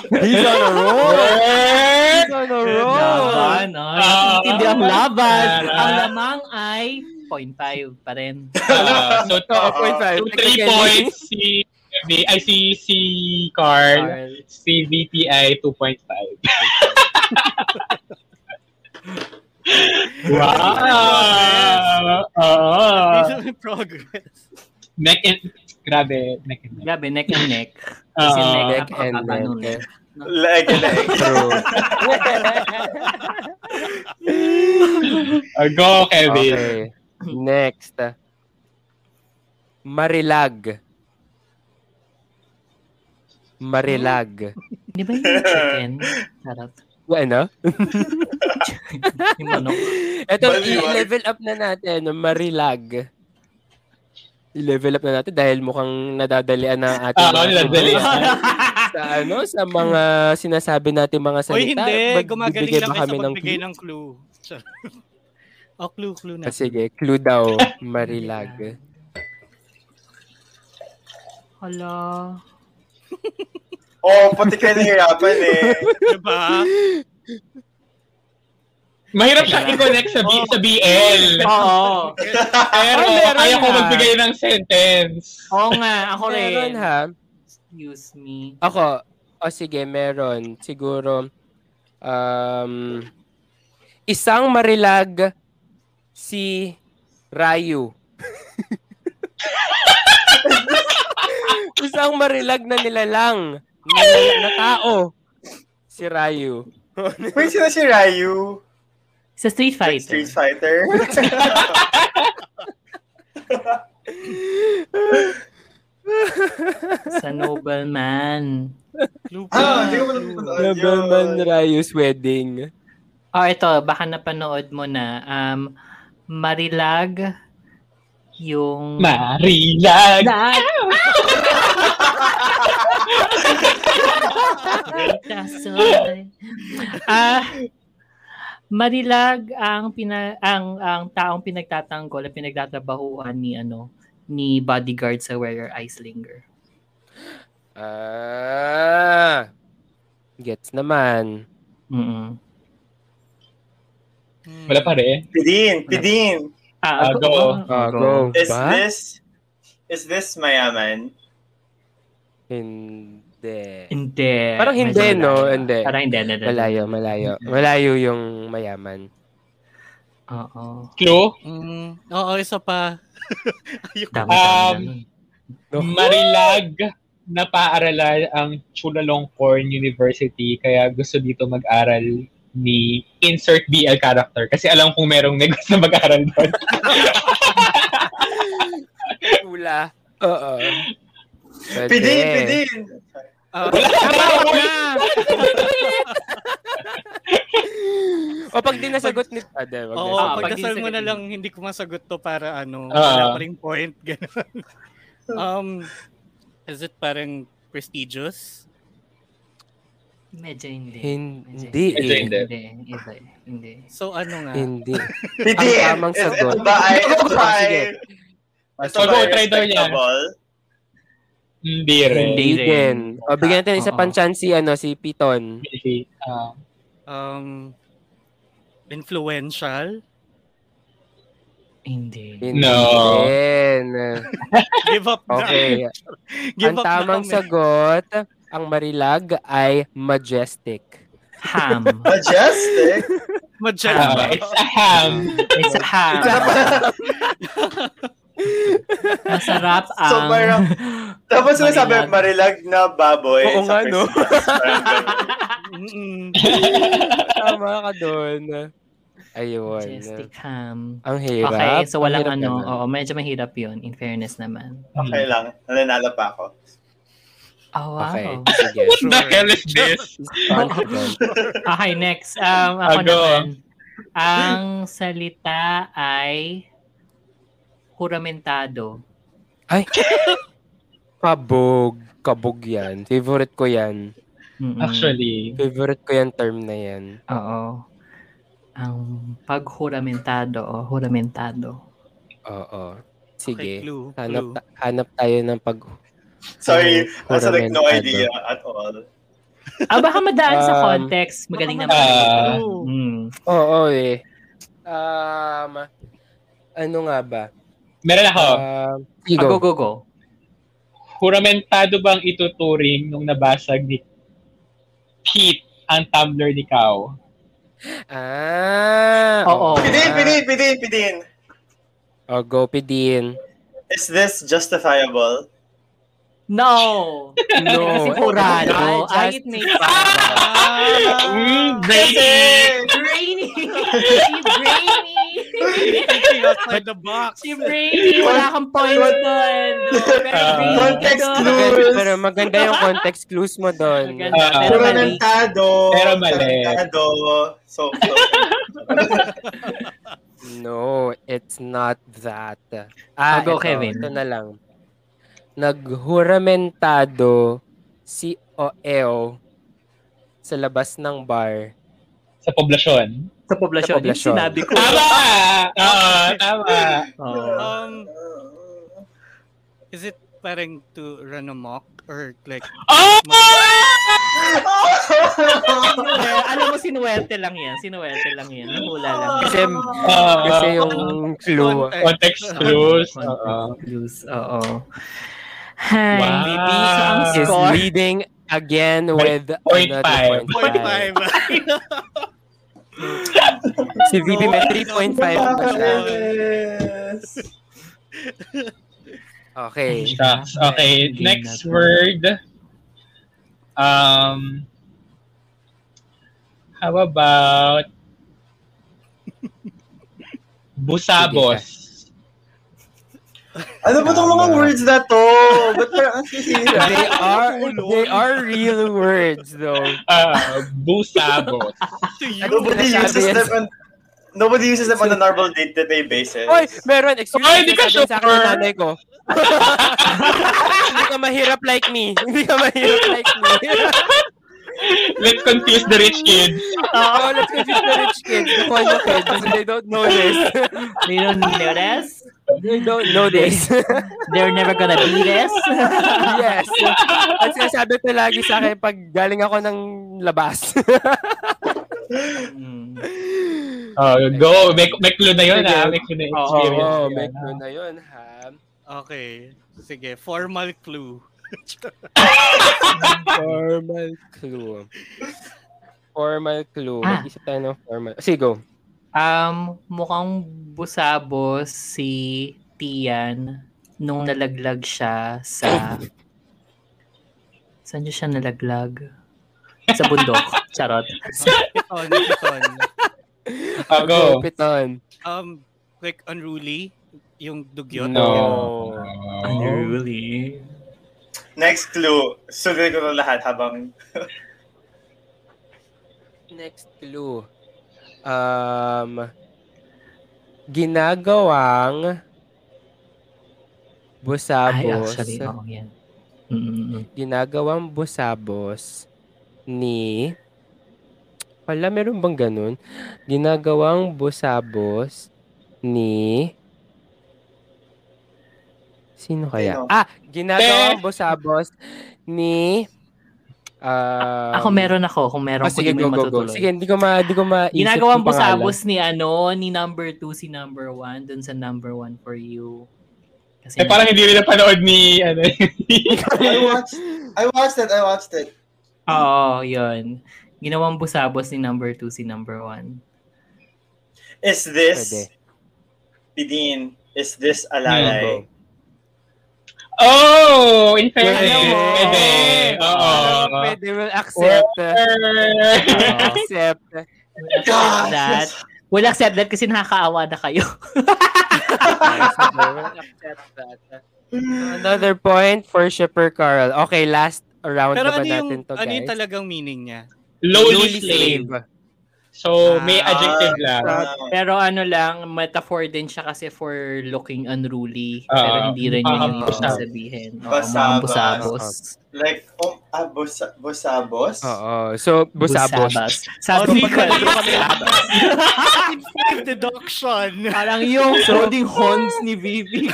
He's on a roll! Eh! He's on a roll! Laban, oh. Ah. Intindi ang laban. Ah. ang lamang ay 0.5 pa rin. Ah, so, Oo, Oh, point five. so three points si I see si Carl, Carl. si VTI 2.5. wow! These Oo. are in progress. Neck and... Grabe, neck and neck. Uh, Grabe, neck and neck. Kasi Oo. neck, Neck and napakababa neck. nun eh. Like, like. True. Uh, go, Kevin. okay. Next. Marilag. Marilag. Di ba yung chicken? Sarap. Ano? Yung manok. Ito, Baliwag. i-level up na natin. Marilag. I-level up na natin dahil mukhang nadadalian na ang ating Ah, mga nadadalian. sinasabi. sa ano, sa mga sinasabi natin mga salita. Oy, hindi. Magbibigay Gumagaling ba lang kayo kami sa ng pagbigay clue? ng clue. Sure. oh, clue, clue na. Ah, sige, clue daw. Marilag. Hala. Oh, pati kayo nahihirapan eh. Diba? Mahirap siyang i-connect sa, B- sa BL. Oo. Pero Ay, meron kaya ko na. magbigay ng sentence. Oo nga, ako Meron rin. ha. Excuse me. Ako, o sige, meron. Siguro, um, isang marilag si Rayu. isang marilag na nilalang na, na tao. Si Rayu. Wait, sino si Ryu? Sa Street Fighter. Street Fighter? Sa Nobleman. Clue pa. ah, hindi ko alam kung ano Nobleman yun. Rayu's wedding. O ito, Oh, baka napanood mo na. Um, Marilag yung... Marilag. Lag! Kasoy. Ah, Marilag ang pina, ang ang taong pinagtatanggol at pinagtatrabahuan ni ano ni bodyguard sa Warrior Ice Linger. Ah. Gets naman. Mm. Hmm. Wala pa rin. Pidin, Pidin. Ah, Ah, go. Ah, go. Ano? Is Ba? this, is this Mayaman? Hindi. Hindi. Parang hindi, Medyo no? malayo. Hindi. Parang hindi. hindi, hindi. Malayo, malayo. Malayo yung mayaman. Oo. Clue? Mm, oo, isa pa. Dami, dami, Um, dami. Marilag na paaralan ang Chulalongkorn University kaya gusto dito mag-aral ni insert BL character kasi alam kong merong negosyo na mag-aral doon. Tula. Oo. Pwede. Pidin, Pidin. Ah, O pag di nasagot ni... Ah, di, wag Oo, nasagot. pag- pagdasal mo pag- na lang, hindi ko masagot to para ano, wala Ah. pa rin point, ganun. um, is it parang prestigious? Medyo hindi. Hindi eh. Medyo hindi. Hindi. Iba eh. Hindi. So ano nga? Hindi. Pidin. Ang tamang Is- sagot. Ito ba ay, ito ba Ah, ay, sige. ito Go, ba ay try daw niya. respectable? Hindi rin. Hindi rin. din. O, bigyan natin isa Oo. pang chance si, ano, si Piton. Hindi. Ah, Um, influential? Hindi. Hindi No. din. Give up na. Okay. Give Ang up na tamang kami. sagot, ang marilag ay majestic. Ham. Majestic? Majestic. ah, it's a ham. It's a ham. Masarap ang... So, parang, tapos sinasabi, Marilag. marilag na baboy. Oo sa nga, no? Christmas. Parang ganun. Mm-mm. Tama ka doon. Ayun. Majestic ham. Ang hirap. Okay, so walang Ang hirap ano. naman. Oo, medyo mahirap yun. In fairness naman. Okay Hmm. lang, nananalo pa ako. Oh, wow. Okay, Okay, sige. What the hell is this? Confident. next. Um, Ah, ako Ago. naman. Ang salita ay huramentado. Ay! Kabog. Kabog yan. Favorite ko yan. Mm-mm. Actually, Favorite ko yan term na yan. Oo. Ang paghuramentado o huramentado. Oo. Okay, Sige. clue. Hanap, clue. ta- hanap tayo ng pag... ano. Sorry, Puro I Ah, like no mentado. idea at all. Ah, baka madaan sa Um, context. Ah, Magaling Baka mm. naman. madaan. Clue. Mm. Oo eh. Um, eh. ano nga ba? Meron ako. Uh, you Ah, go. go, go, go. Huramentado bang ituturing nung nabasag ni Pete ang Tumblr ni Kao? Ah. Oo. Pidin, pidin, pidin, pidin. Oh, go, Pidin. Is this justifiable? No! No. Kasi kurado. Ay, it may Ah! Mm, Brainy! Si Brainy! Thinking outside the box. Si Brainy! Wala kang point doon. Pero Ah. Brainy ka Context doon. clue. Maganda, pero maganda yung context clues mo doon. Maganda. Ah. Pero mali. Huramentado. Pero mali. Huramentado. So, so. No, it's not that. Ah, Ah, go, ito, Kevin. Ito na lang. Naghuramentado si Oeo sa labas ng bar. Sa poblasyon. Sa poblasyon. Sa poblasyon. Yung sinabi ko. Tama! Oo, tama. Oo. Um, is it parang to run amok or like Oh! Eh, alam mo, sinuwerte lang yan. Sinuwerte lang yan. Hula lang. Kasi, Ah. kasi yung clue. Context clues. Oo. Clues. Oo. Hi. Wow. Baby, ang Ah. Is score. leading again with Point another five. point five. 0.5? Si VP may 3.5 pa siya. Yes. Okay. Shucks. Okay, Hindi natin. next word. Um, how about busabos? Ano ba itong mga words na to? Ba't parang ang sisira? They are they are real words though. Uh, busabos. to you? Ano Nobody Sinasabi uses yan. them on Nobody uses them on an normal day-to-day basis. Oy, meron. Excuse Oy, me. di ka sasabihin Sa akin ng sure? nanay ko. Hindi ka mahirap like me. Hindi ka mahirap like me. Let's confuse the rich kids. Oo, let's confuse the rich kids. The Konyo kids. They don't know this. They don't know this. They don't know this. They're never gonna be this. yes. At sinasabi ko lagi sa akin pag galing ako ng labas. Mm. Oh, go. May, may clue na yun, Sige. ha? May clue na Oo, oh, experience. na may yun, clue na yun, ha? Okay. Sige, formal clue. Formal clue. Formal clue. Ah. Mag-isip tayo ng formal. Sige, go. Um, mukhang busabos si Tian nung nalaglag siya sa... Saan niya siya nalaglag? Sa bundok. Charot. Piton, piton. Ah, go. Oh. Piton. Um, like unruly? Yung dugyot? No. Unruly. Next clue. Sulit ko na lahat habang... Next clue. Um, Ay, ginagawang busabos. actually, oo yan. Mm-mm. ginagawang busabos ni wala meron bang ganun ginagawang busabos ni sino kaya Sino? ah ginagawang busabos ni ah Ako meron ako, kung meron ah, ko, sige hindi go mo go go matutuloy. sige hindi ko ma hindi ko ma Ginagawang busabos ni ano, ni number 2 si number 1 dun sa number 1 for you. Kasi Eh, parang hindi rin napanood ni, ano, I watched, I watched it, I watched it. Oo, yun. Ginawang busabos ni number 2 si number 1. Is Pwede. this... Pidin, is this alalay? Oh, in fairness. Pwede. Pwede. Oo. pwede will accept Pwede. accept We'll accept that. We'll accept that kasi nakakaawa na kayo. Another point for Shipper Carl. Okay, last round Pero na ba ano yung, natin to, guys? ano yung talagang meaning niya? Lowly slave. So, may Ah. adjective lang. Uh, Pero ano lang, metaphor din siya kasi for looking unruly. Ah, pero hindi rin yun yung ibig busabos. sabihin. Oo, Basabas. mga busabos. like, um, ah, busa, busabos? Oo. So, busabos. Sabi Oh, ko sige. busabos. Five deduction! Parang yung holding horns ni Vivi.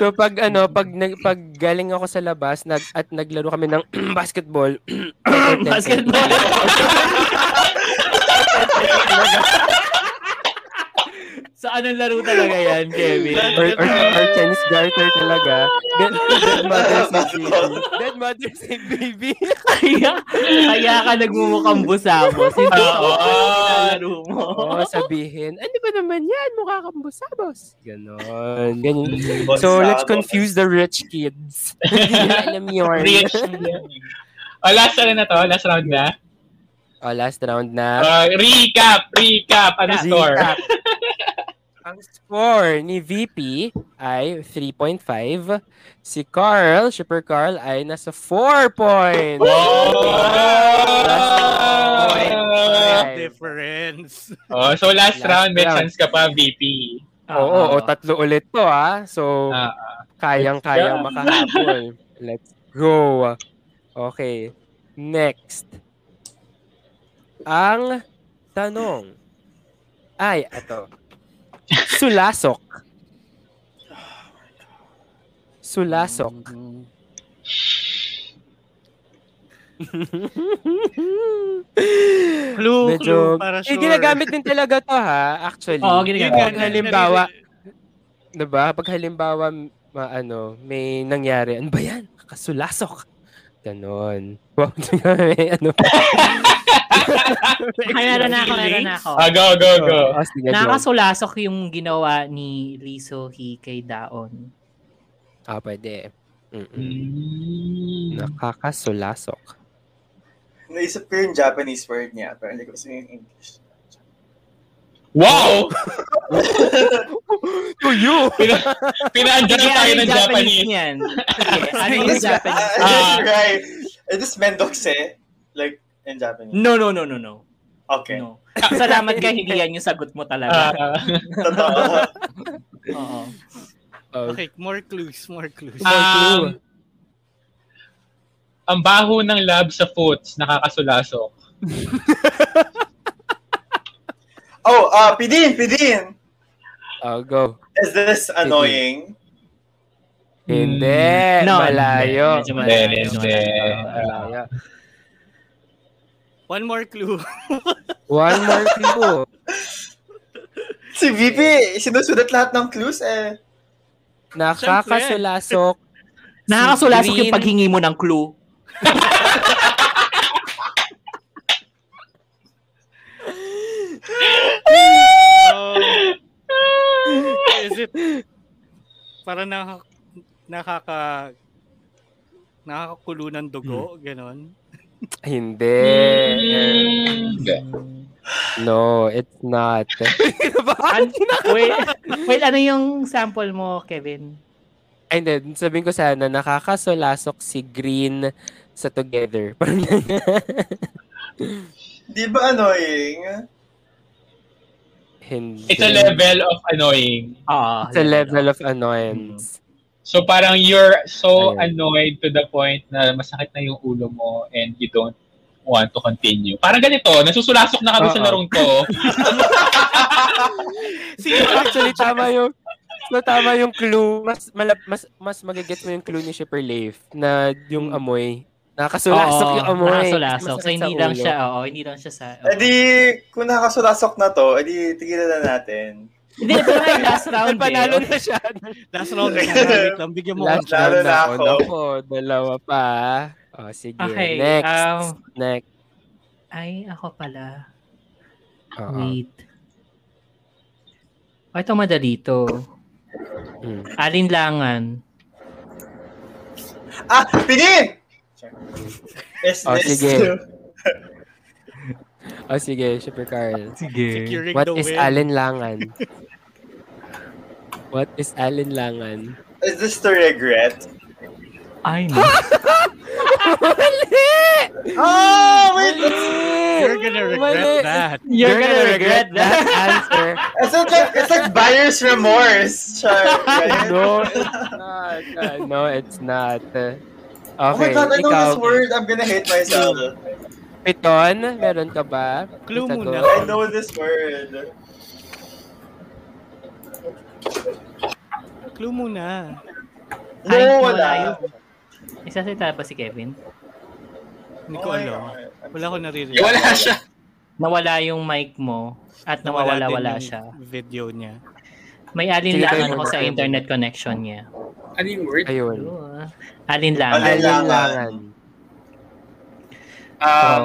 So, pag ano, pag, nag, pag galing ako sa labas nag, at naglaro kami ng basketball. Basketball. ng laro talaga yan, Kevin. or, or, or Chinese garter talaga. Dead, dead mothers and baby. Dead mothers and baby. kaya, kaya ka nagmumukhang busabos. Hindi Ah, Oo. ako nalaro mo. Oo, sabihin, ano ba naman yan? Mukha kang busabos. Ganon. Ganyan. So, let's confuse the rich kids. Hindi nila alam yun. Rich. oh, last round na to. Last round na. Oh, last round na. Uh, recap, recap. Ano score? Recap. Ang score ni VP ay 3.5. Si Carl, Super Carl, ay nasa 4 points. Oh! Difference. Oh, so last, Last round, may round. chance ka pa, VP. Oo, oo, tatlo ulit to ah. So, Ah, kayang-kayang Let's go. makahabol. Let's go. Okay. Next. Ang tanong. Ay, ato. Sulasok. Sulasok. Clue, clue para Eh, sure. ginagamit din talaga to ha, actually. Oo, Yun ginagamit. nga, Pag halimbawa, Diba? Pag halimbawa, m- ma- ano, may nangyari, ano ba yan? Kasulasok. Ganon. Wow, ano ba? Ay, meron na ako, meron na ako. ah, go, go, go. Oh, sige, Joe. Nakasulasok yung ginawa ni Lee Sohee kay Daon. Ah, pwede. Mm-mm. Mm. Nakakasulasok. Naisip ko yung Japanese word niya, pero hindi ko kasi yung English. Wow! To you! Pina- Pinaandyan na Sige, tayo ano ng yung Japanese Japanese. niyan? Sige, ano yung Japanese? Ah, Ah. right. Is this Mendoxe? Like, in Japanese? No, no, no, no, no. Okay. No. Salamat ka, hindi yan yung sagot mo talaga. Ah, Totoo. Oo. Oh, Okay, more clues, more clues. Ah. Um, ang baho ng lab sa foots, nakakasulasok. Oh, ah, pidin, pidin! Oh, go. Is this annoying? Hindi. No, malayo. hindi, medyo malayo. Hindi, hindi. Malayo. One more clue. One more clue. Si VP, Eh, sinusulat lahat ng clues eh. Nakakasulasok. Nakakasulasok si yung Green. paghingi mo ng clue. Um, is it para na nakaka nakakakulo ng Hmm. dugo, ganon? Hindi. Mm. No, it's not. An- wait, wait, ano yung sample mo, Kevin? Ay, hindi. Sabihin ko sana, nakakasulasok si Green sa Together. Parang Di ba annoying? Hindi. It's a level of annoying. Ah, It's a level of annoyance. So parang you're so Ayun. annoyed to the point na masakit na yung ulo mo and you don't want to continue. Parang ganito, nasusulasok na kami sa Oo. larong to. See, Actually, tama yung so tama yung clue. Mas malap, mas mas magigets mo yung clue ni Shipper Leif na yung amoy. Nakakasulasok yung amoy. Nakasulasok. So, Masakit sa hindi lang ulo. siya, oo, hindi lang siya sa... oh, oo. Eh di, kung nakasulasok na to, eh di, tigilan na natin. Hindi, ito na yung last round. Ay, panalo eh. na siya. last round na wait lang. Bigyan mo Last ako. Lalo na round na ako. ako. Nako, dalawa pa. Oh, sige. Okay, Next. um, Next. Ay, ako pala. Oo. Wait. O, ito madali to. Mm. Alinlangan. Ah, pidin! Is Oh, this... sige. Oh, sige, Shipper Carl. Sige. Securing Eh, What the is win. alinlangan? What is alinlangan? Is this the regret? Ay, no. Mali! Oh, wait! You're gonna regret that. You're gonna regret that answer. It's not like, it's like buyer's remorse. Char, right? No, it's not. No, it's not. Okay, oh my god, I know ikaw, this word. I'm gonna hate myself. Piton, meron ka ba? Clue Sagot. muna. I know this word. Clue muna. No, Ay, wala yun. wala. Isa sa ba si Kevin? Hindi ko Oh my alam. God. Wala ko naririnig. Wala siya. Nawala yung mic mo at Nawala din nawawala-wala yung siya. video niya. May alinlangan Sige, ako sa kayo. internet connection niya. Ano yung word? Ayun. Oo, ah. Alinlangan. Alin- Kailangan. Kailangan. Um,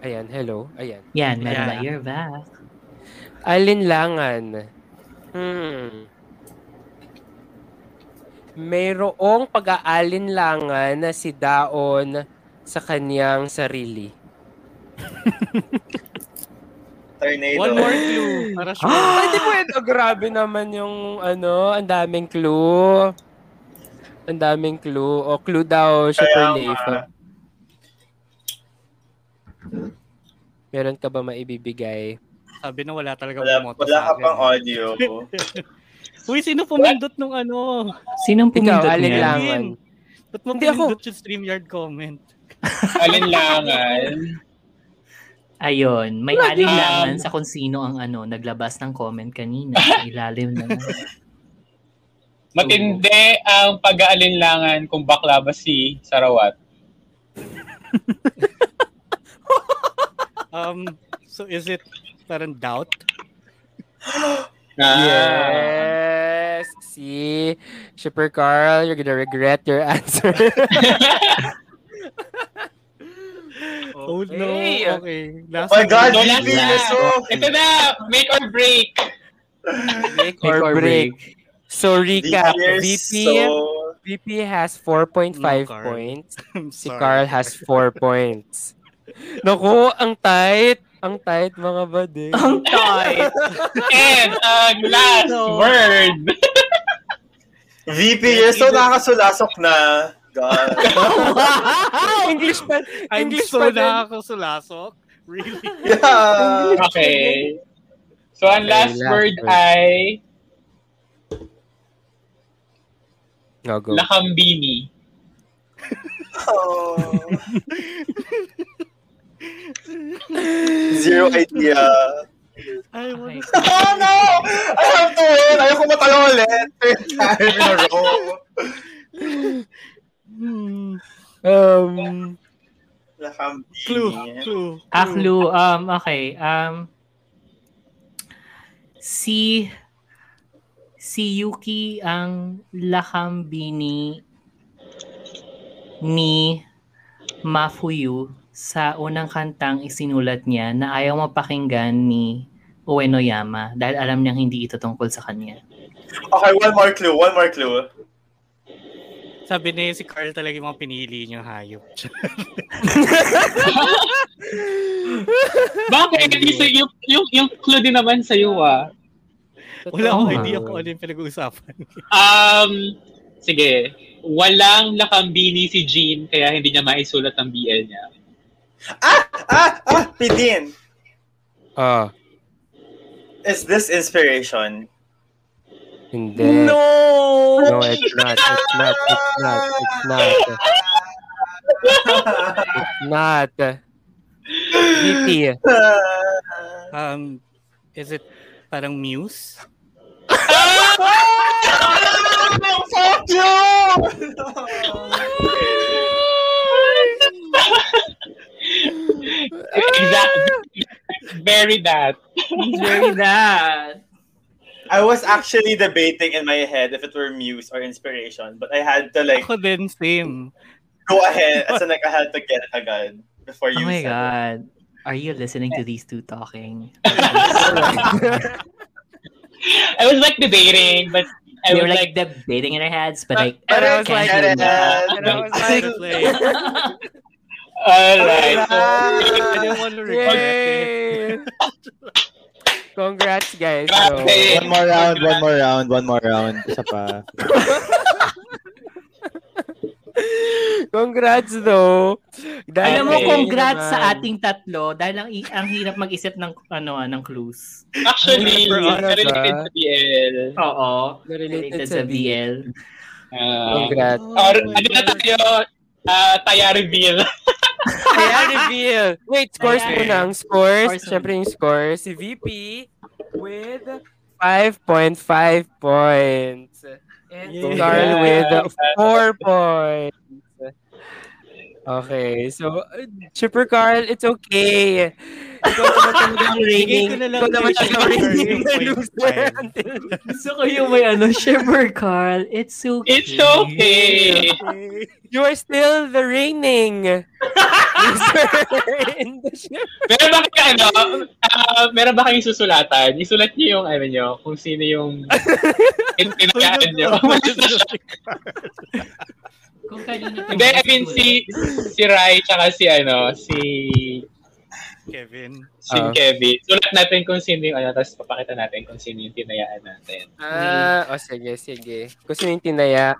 Ayan, hello. Ayan. Yan, meron Yeah. na. You're back. Alinlangan. Hmm. Mayroong pag-aalinlangan na si Daon sa kanyang sarili. Tornado. One more clue. Para sure. Ay, di pwede. Oh, grabe naman yung ano, ang daming clue. Ang daming clue. O, clue daw, Shipper nga. Leifa. Meron ka ba maibibigay? Sabi na wala talaga Wala, bumoto wala sa ka akin. pang audio. Uy, sino pumindot nung ano? Sinong Ikaw, pumindot alin niya? lang. Ba't mo Hindi ako. pinindot yung StreamYard comment? alinlangan. Ayun, may Wala alinlangan sa kung sino ang ano, naglabas ng comment kanina sa ilalim ng... Matindi ang pag-aalinlangan kung bakla ba si Sarawat. Um, so is it parang doubt? Ah, Yes! See? Shipper Carl, you're gonna regret your answer. Oh no, Okay. okay. Last Oh my God, Wala GP, na. yes, oh. Ito na! Make or break! Make or, break. So, ah, recap. Years, VP, so, VP has 4.5 No, Carl. points. I'm Si sorry. Carl has 4 points. Naku, ang tight. Ang tight, mga bade. Ang toy! And ang last No. word! VP, yes, so nakakasulasok na. God. English pa. I'm English so pa din. nakakasulasok. Really? Yeah. Okay. So ang Okay, last last word word. ay No, go. lakambini. Oh. Zero idea. I want Oh no! I have to win! Ayoko matalo ulit. Third time in a row. Um, Lakambini. clue, clue. Ah, clue. Um, okay. Um, si si Yuki ang lakambini ni Mafuyu sa unang kantang isinulat niya na ayaw mapakinggan ni Uenoyama dahil alam niyang hindi ito tungkol sa kanya. Okay, one more clue. One more clue. Sabi na yun, si Carl talaga yung mga pinili niyo, hayop. Bakit? Isa, yung, yung, yung clue din naman sa'yo ah. Wala akong Totoo. idea kung ano yung pinag-uusapan. Um, sige. Walang lakambini si Jean kaya hindi niya maisulat ang BL niya. Ah! Ah! Pidin! Ah, Is this inspiration? hindi. No! No, it's not. It's not. It's not. It's not. It's not. VP. Um, is it parang muse? Fuck you! Exact. Very that. Very that. I was actually debating in my head if it were muse or inspiration, but I had to like Ako din, same. go ahead as in like I had to get it agad before you Oh my said it. God. Are you listening to these two talking? I was like debating, but They I was were like, like, debating in their heads, but like, But I was okay, like- I don't know. And I was like, alright. So, I didn't want to regret Yay! it. Congrats, guys. So, Grabe. One more round, one more round, one more round. Isa pa. congrats, though. Dahil- Alam mo, Okay. congrats Naman. sa ating tatlo dahil ang, i- ang hirap mag-isip ng, ano, ah, ng clues. actually, For us, related ah. sa BL. Oo. Related Related sa sa BL. Uh, Congrats. Oh. or, ano na tayo? Uh, taya reveal. Kaya reveal. Wait, scores Ayan. muna. Ang scores, Scores muna. syempre yung scores. Si VP with 5.5 points. And Yeah. Carl with 4 points. Okay, so, uh, Shipper Carl, it's okay. Ikaw naman talaga ang reigning. ko na lang Ikaw naman kay talaga ang Shipper Carl reigning na 8.5. loser until Gusto ko yung may ano, Shipper Carl. It's so It's okay. you are still the reigning loser in the ship. meron ba kayo, ano, ah, meron ba kayong susulatan? Isulat niyo yung, ano niyo, kung sino yung pinagkaan niyo. Kung kanino to- Hindi, I mean, si, si Rai, tsaka si, ano, si, Kevin. si Ah. Kevin. Sulat natin kung sino yung, ano, tapos papakita natin kung sino yung tinayaan natin. Ah, o sige, sige. Kung sino yung tinaya.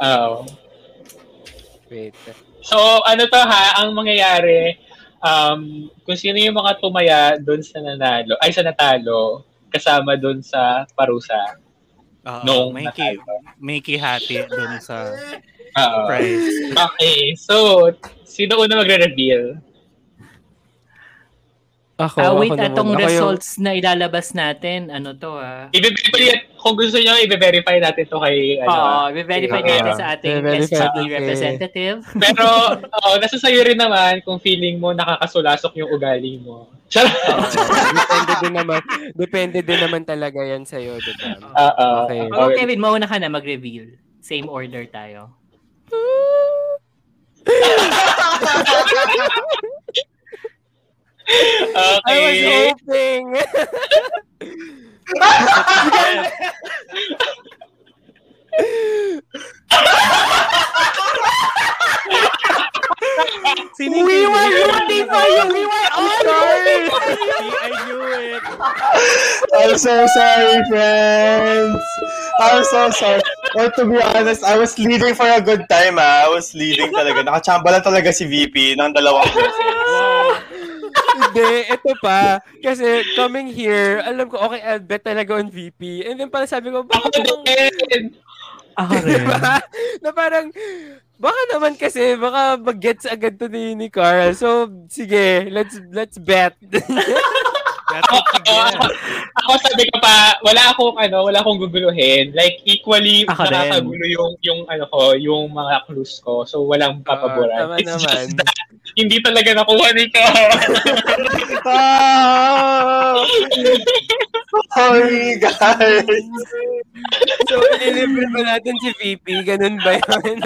Oo. Wait. So, ano to ha, ang mangyayari, um, kung sino yung mga tumaya doon sa nanalo, ay sa natalo, kasama doon sa parusa. Oo, No, may, ki, may kihati dun sa Oo. prize. Okay, so, sino una magre-reveal? Ako, Ah, wait, ako naman. atong Ako yung- results na ilalabas natin, ano to ah. I-verify, kung gusto nyo, i-verify natin to kay, ano. Oo, i-verify Okay. natin sa ating I-verify SGP natin. representative. Pero, oo, nasa sa'yo rin naman kung feeling mo nakakasulasok yung ugali mo. Charot! depende din naman. Depende din naman talaga yan sa'yo, diba? Oo. Okay. Oh, Okay. Kevin, mauna ka na mag-reveal. Same order tayo. I was Okay. hoping! We were rooting for you! We were all rooting for you! I knew it! I'm so sorry, friends. I'm so sorry. Well, to be honest, I was leading for a good time, ah. I was leading talaga. Nakachamba lang talaga si VP ng dalawang beses. Hindi, ito pa. Kasi coming here, alam ko, okay, I'll bet talaga on VP. And then parang sabi ko, Ako baka namang, din! Ako rin. diba? na parang, baka naman kasi, baka mag-gets agad to ni, ni Carl. So, sige, let's let's bet. That's what you Oo, get. ako, ako sabi ko pa, wala akong ano, wala akong guguluhin. Like equally Ako rin. nakakagulo yung yung ano ko, yung mga clues ko. So walang papaboran. Ah, tama It's naman. just that hindi talaga nakuha nito. Ah! Sorry, guys. so, ililibre ba natin si VP? Ganun ba yun?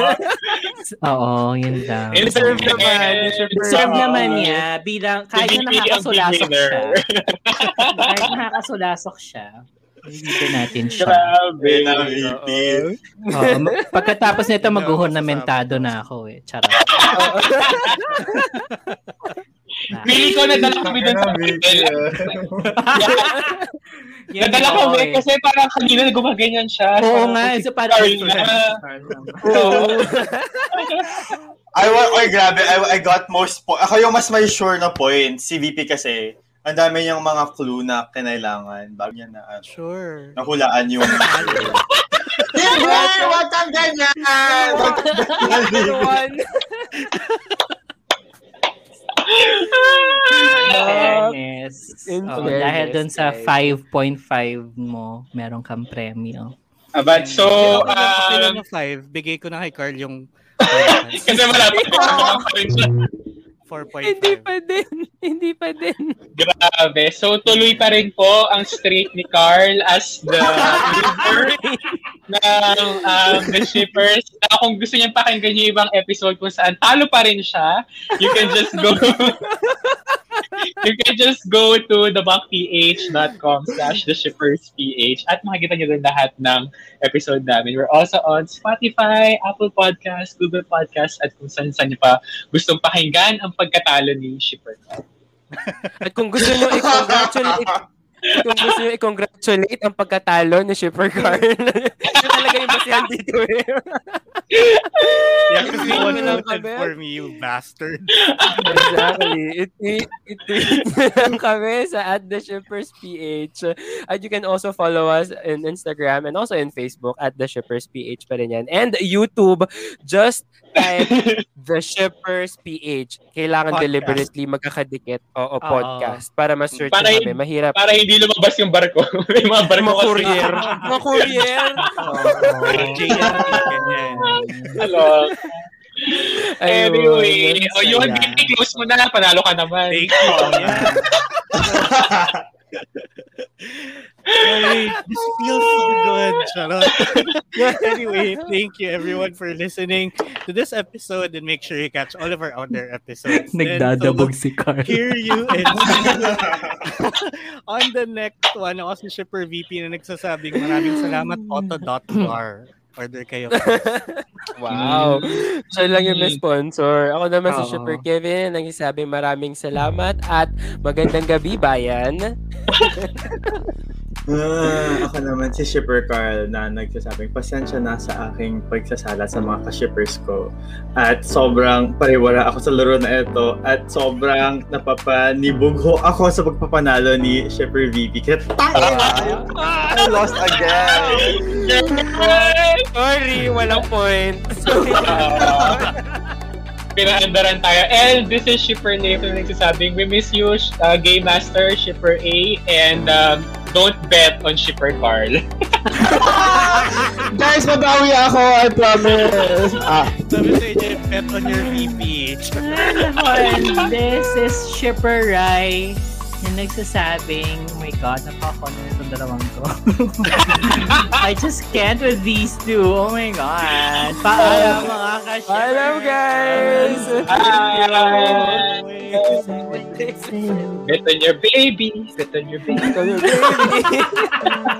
Oh, Oo, yun lang. Deserve naman. Deserve, Serve naman niya bilang kahit na Hindi ang nakakasulasok beginner. siya. kahit nakakasulasok siya. Bibigyan natin siya. Diba? Grabe. na VP. Oh, Oo, ma- pagkatapos nito mag-ornamentado na ako eh. Charot. Pili ko na dala kami dun sa hotel. Yan, Nadala oo, kami eh. kasi parang kanina gumaganyan siya. Oo Parang nga, so kung si parang Carl na. Oo. I want, oy, grabe, I, I got most po Ako yung mas may sure na point. Si VP kasi, ang dami niyang mga clue na kinailangan bago niya na, ano, Sure. nahulaan yung... Hindi! Huwag kang ganyan! Everyone. In fairness. In Oo, fairness, Oh, dahil dun sa Ah, guys. 5.5 mo, meron kang premyo. Ah, But so, Ako na- ako na um, Ano ng five. Bigay ko na kay Carl yung kasi malapit na ako. 4.5. Hindi pa din. Hindi pa din. Grabe. So, tuloy pa rin po ang streak ni Carl as the leader ng um, The Shippers. Na kung gusto niya pakinggan yung ibang episode kung saan talo pa rin siya, you can just go you can just go to thebuckph.com slash theshippersph at makikita niyo rin lahat ng episode namin. We're also on Spotify, Apple Podcasts, Google Podcasts, at kung saan-saan niyo pa gustong pakinggan ang pagkatalo ni Shipper. At kung gusto nyo i-congratulate at kung gusto nyo i-congratulate ang pagkatalo ni Shipper Carl, yun talaga yung basihan dito eh. Yeah, because no one Wala ka voted ba? for me, you bastard. exactly. It- it- It-tweet nyo lang kami sa at the Shippers PH. And you can also follow us in Instagram and also in Facebook at the Shippers PH pa rin yan. And YouTube, just type the Shippers PH. Kailangan Podcast. deliberately magkakadikit. Oo. Oo, podcast. Para ma-search Para nyo yun- kami. Mahirap. Para hindi lumabas yung barko. May mga barko Mga courier. Mga courier. JLT, ano ganyan. Hello. Ano? Anyway, oh, Ayun. o yun, Binti, close mo na. Panalo ka naman. Thank you. ah. Yeah. Ay, this feels so good. Charot. anyway, thank you everyone for listening to this episode and make sure you catch all of our other episodes. Then, so Nagdadabog si Carl. hear you and see you on the next one. Ako si Shipper VP na nagsasabing maraming salamat, auto.bar. Order kayo. Wow. Siya lang yung may sponsor. Ako naman si Oo. Shipper Kevin, nagsasabi maraming salamat at magandang gabi, bayan. Ah, ako naman si Shipper Carl na nagsasabing pasensya na sa aking pagsasala sa mga ka-shippers ko. At sobrang pariwara ako sa laro na ito at sobrang napapanibugho ako sa pagpapanalo ni Shipper VP. Kaya I lost again. Sorry, walang point. Ah. Pinaandaran tayo. And this is Shipper Nathan nagsasabing, we miss you, sh- uh, Game Master, Shipper A, and um, don't bet on Shipper Carl. Guys, mabawi ako! I promise! Ah, Sabi sa inyo, pet on your VP. And this is Shipper Rai na nagsasabing, oh my god, napaka-funny na itong dalawang to. I just can't with these two. Oh my god. Paalam mga ka-shipper. Alam, guys! Bye! guys. Bet on your baby! Bet on your baby! Ikaw yung baby.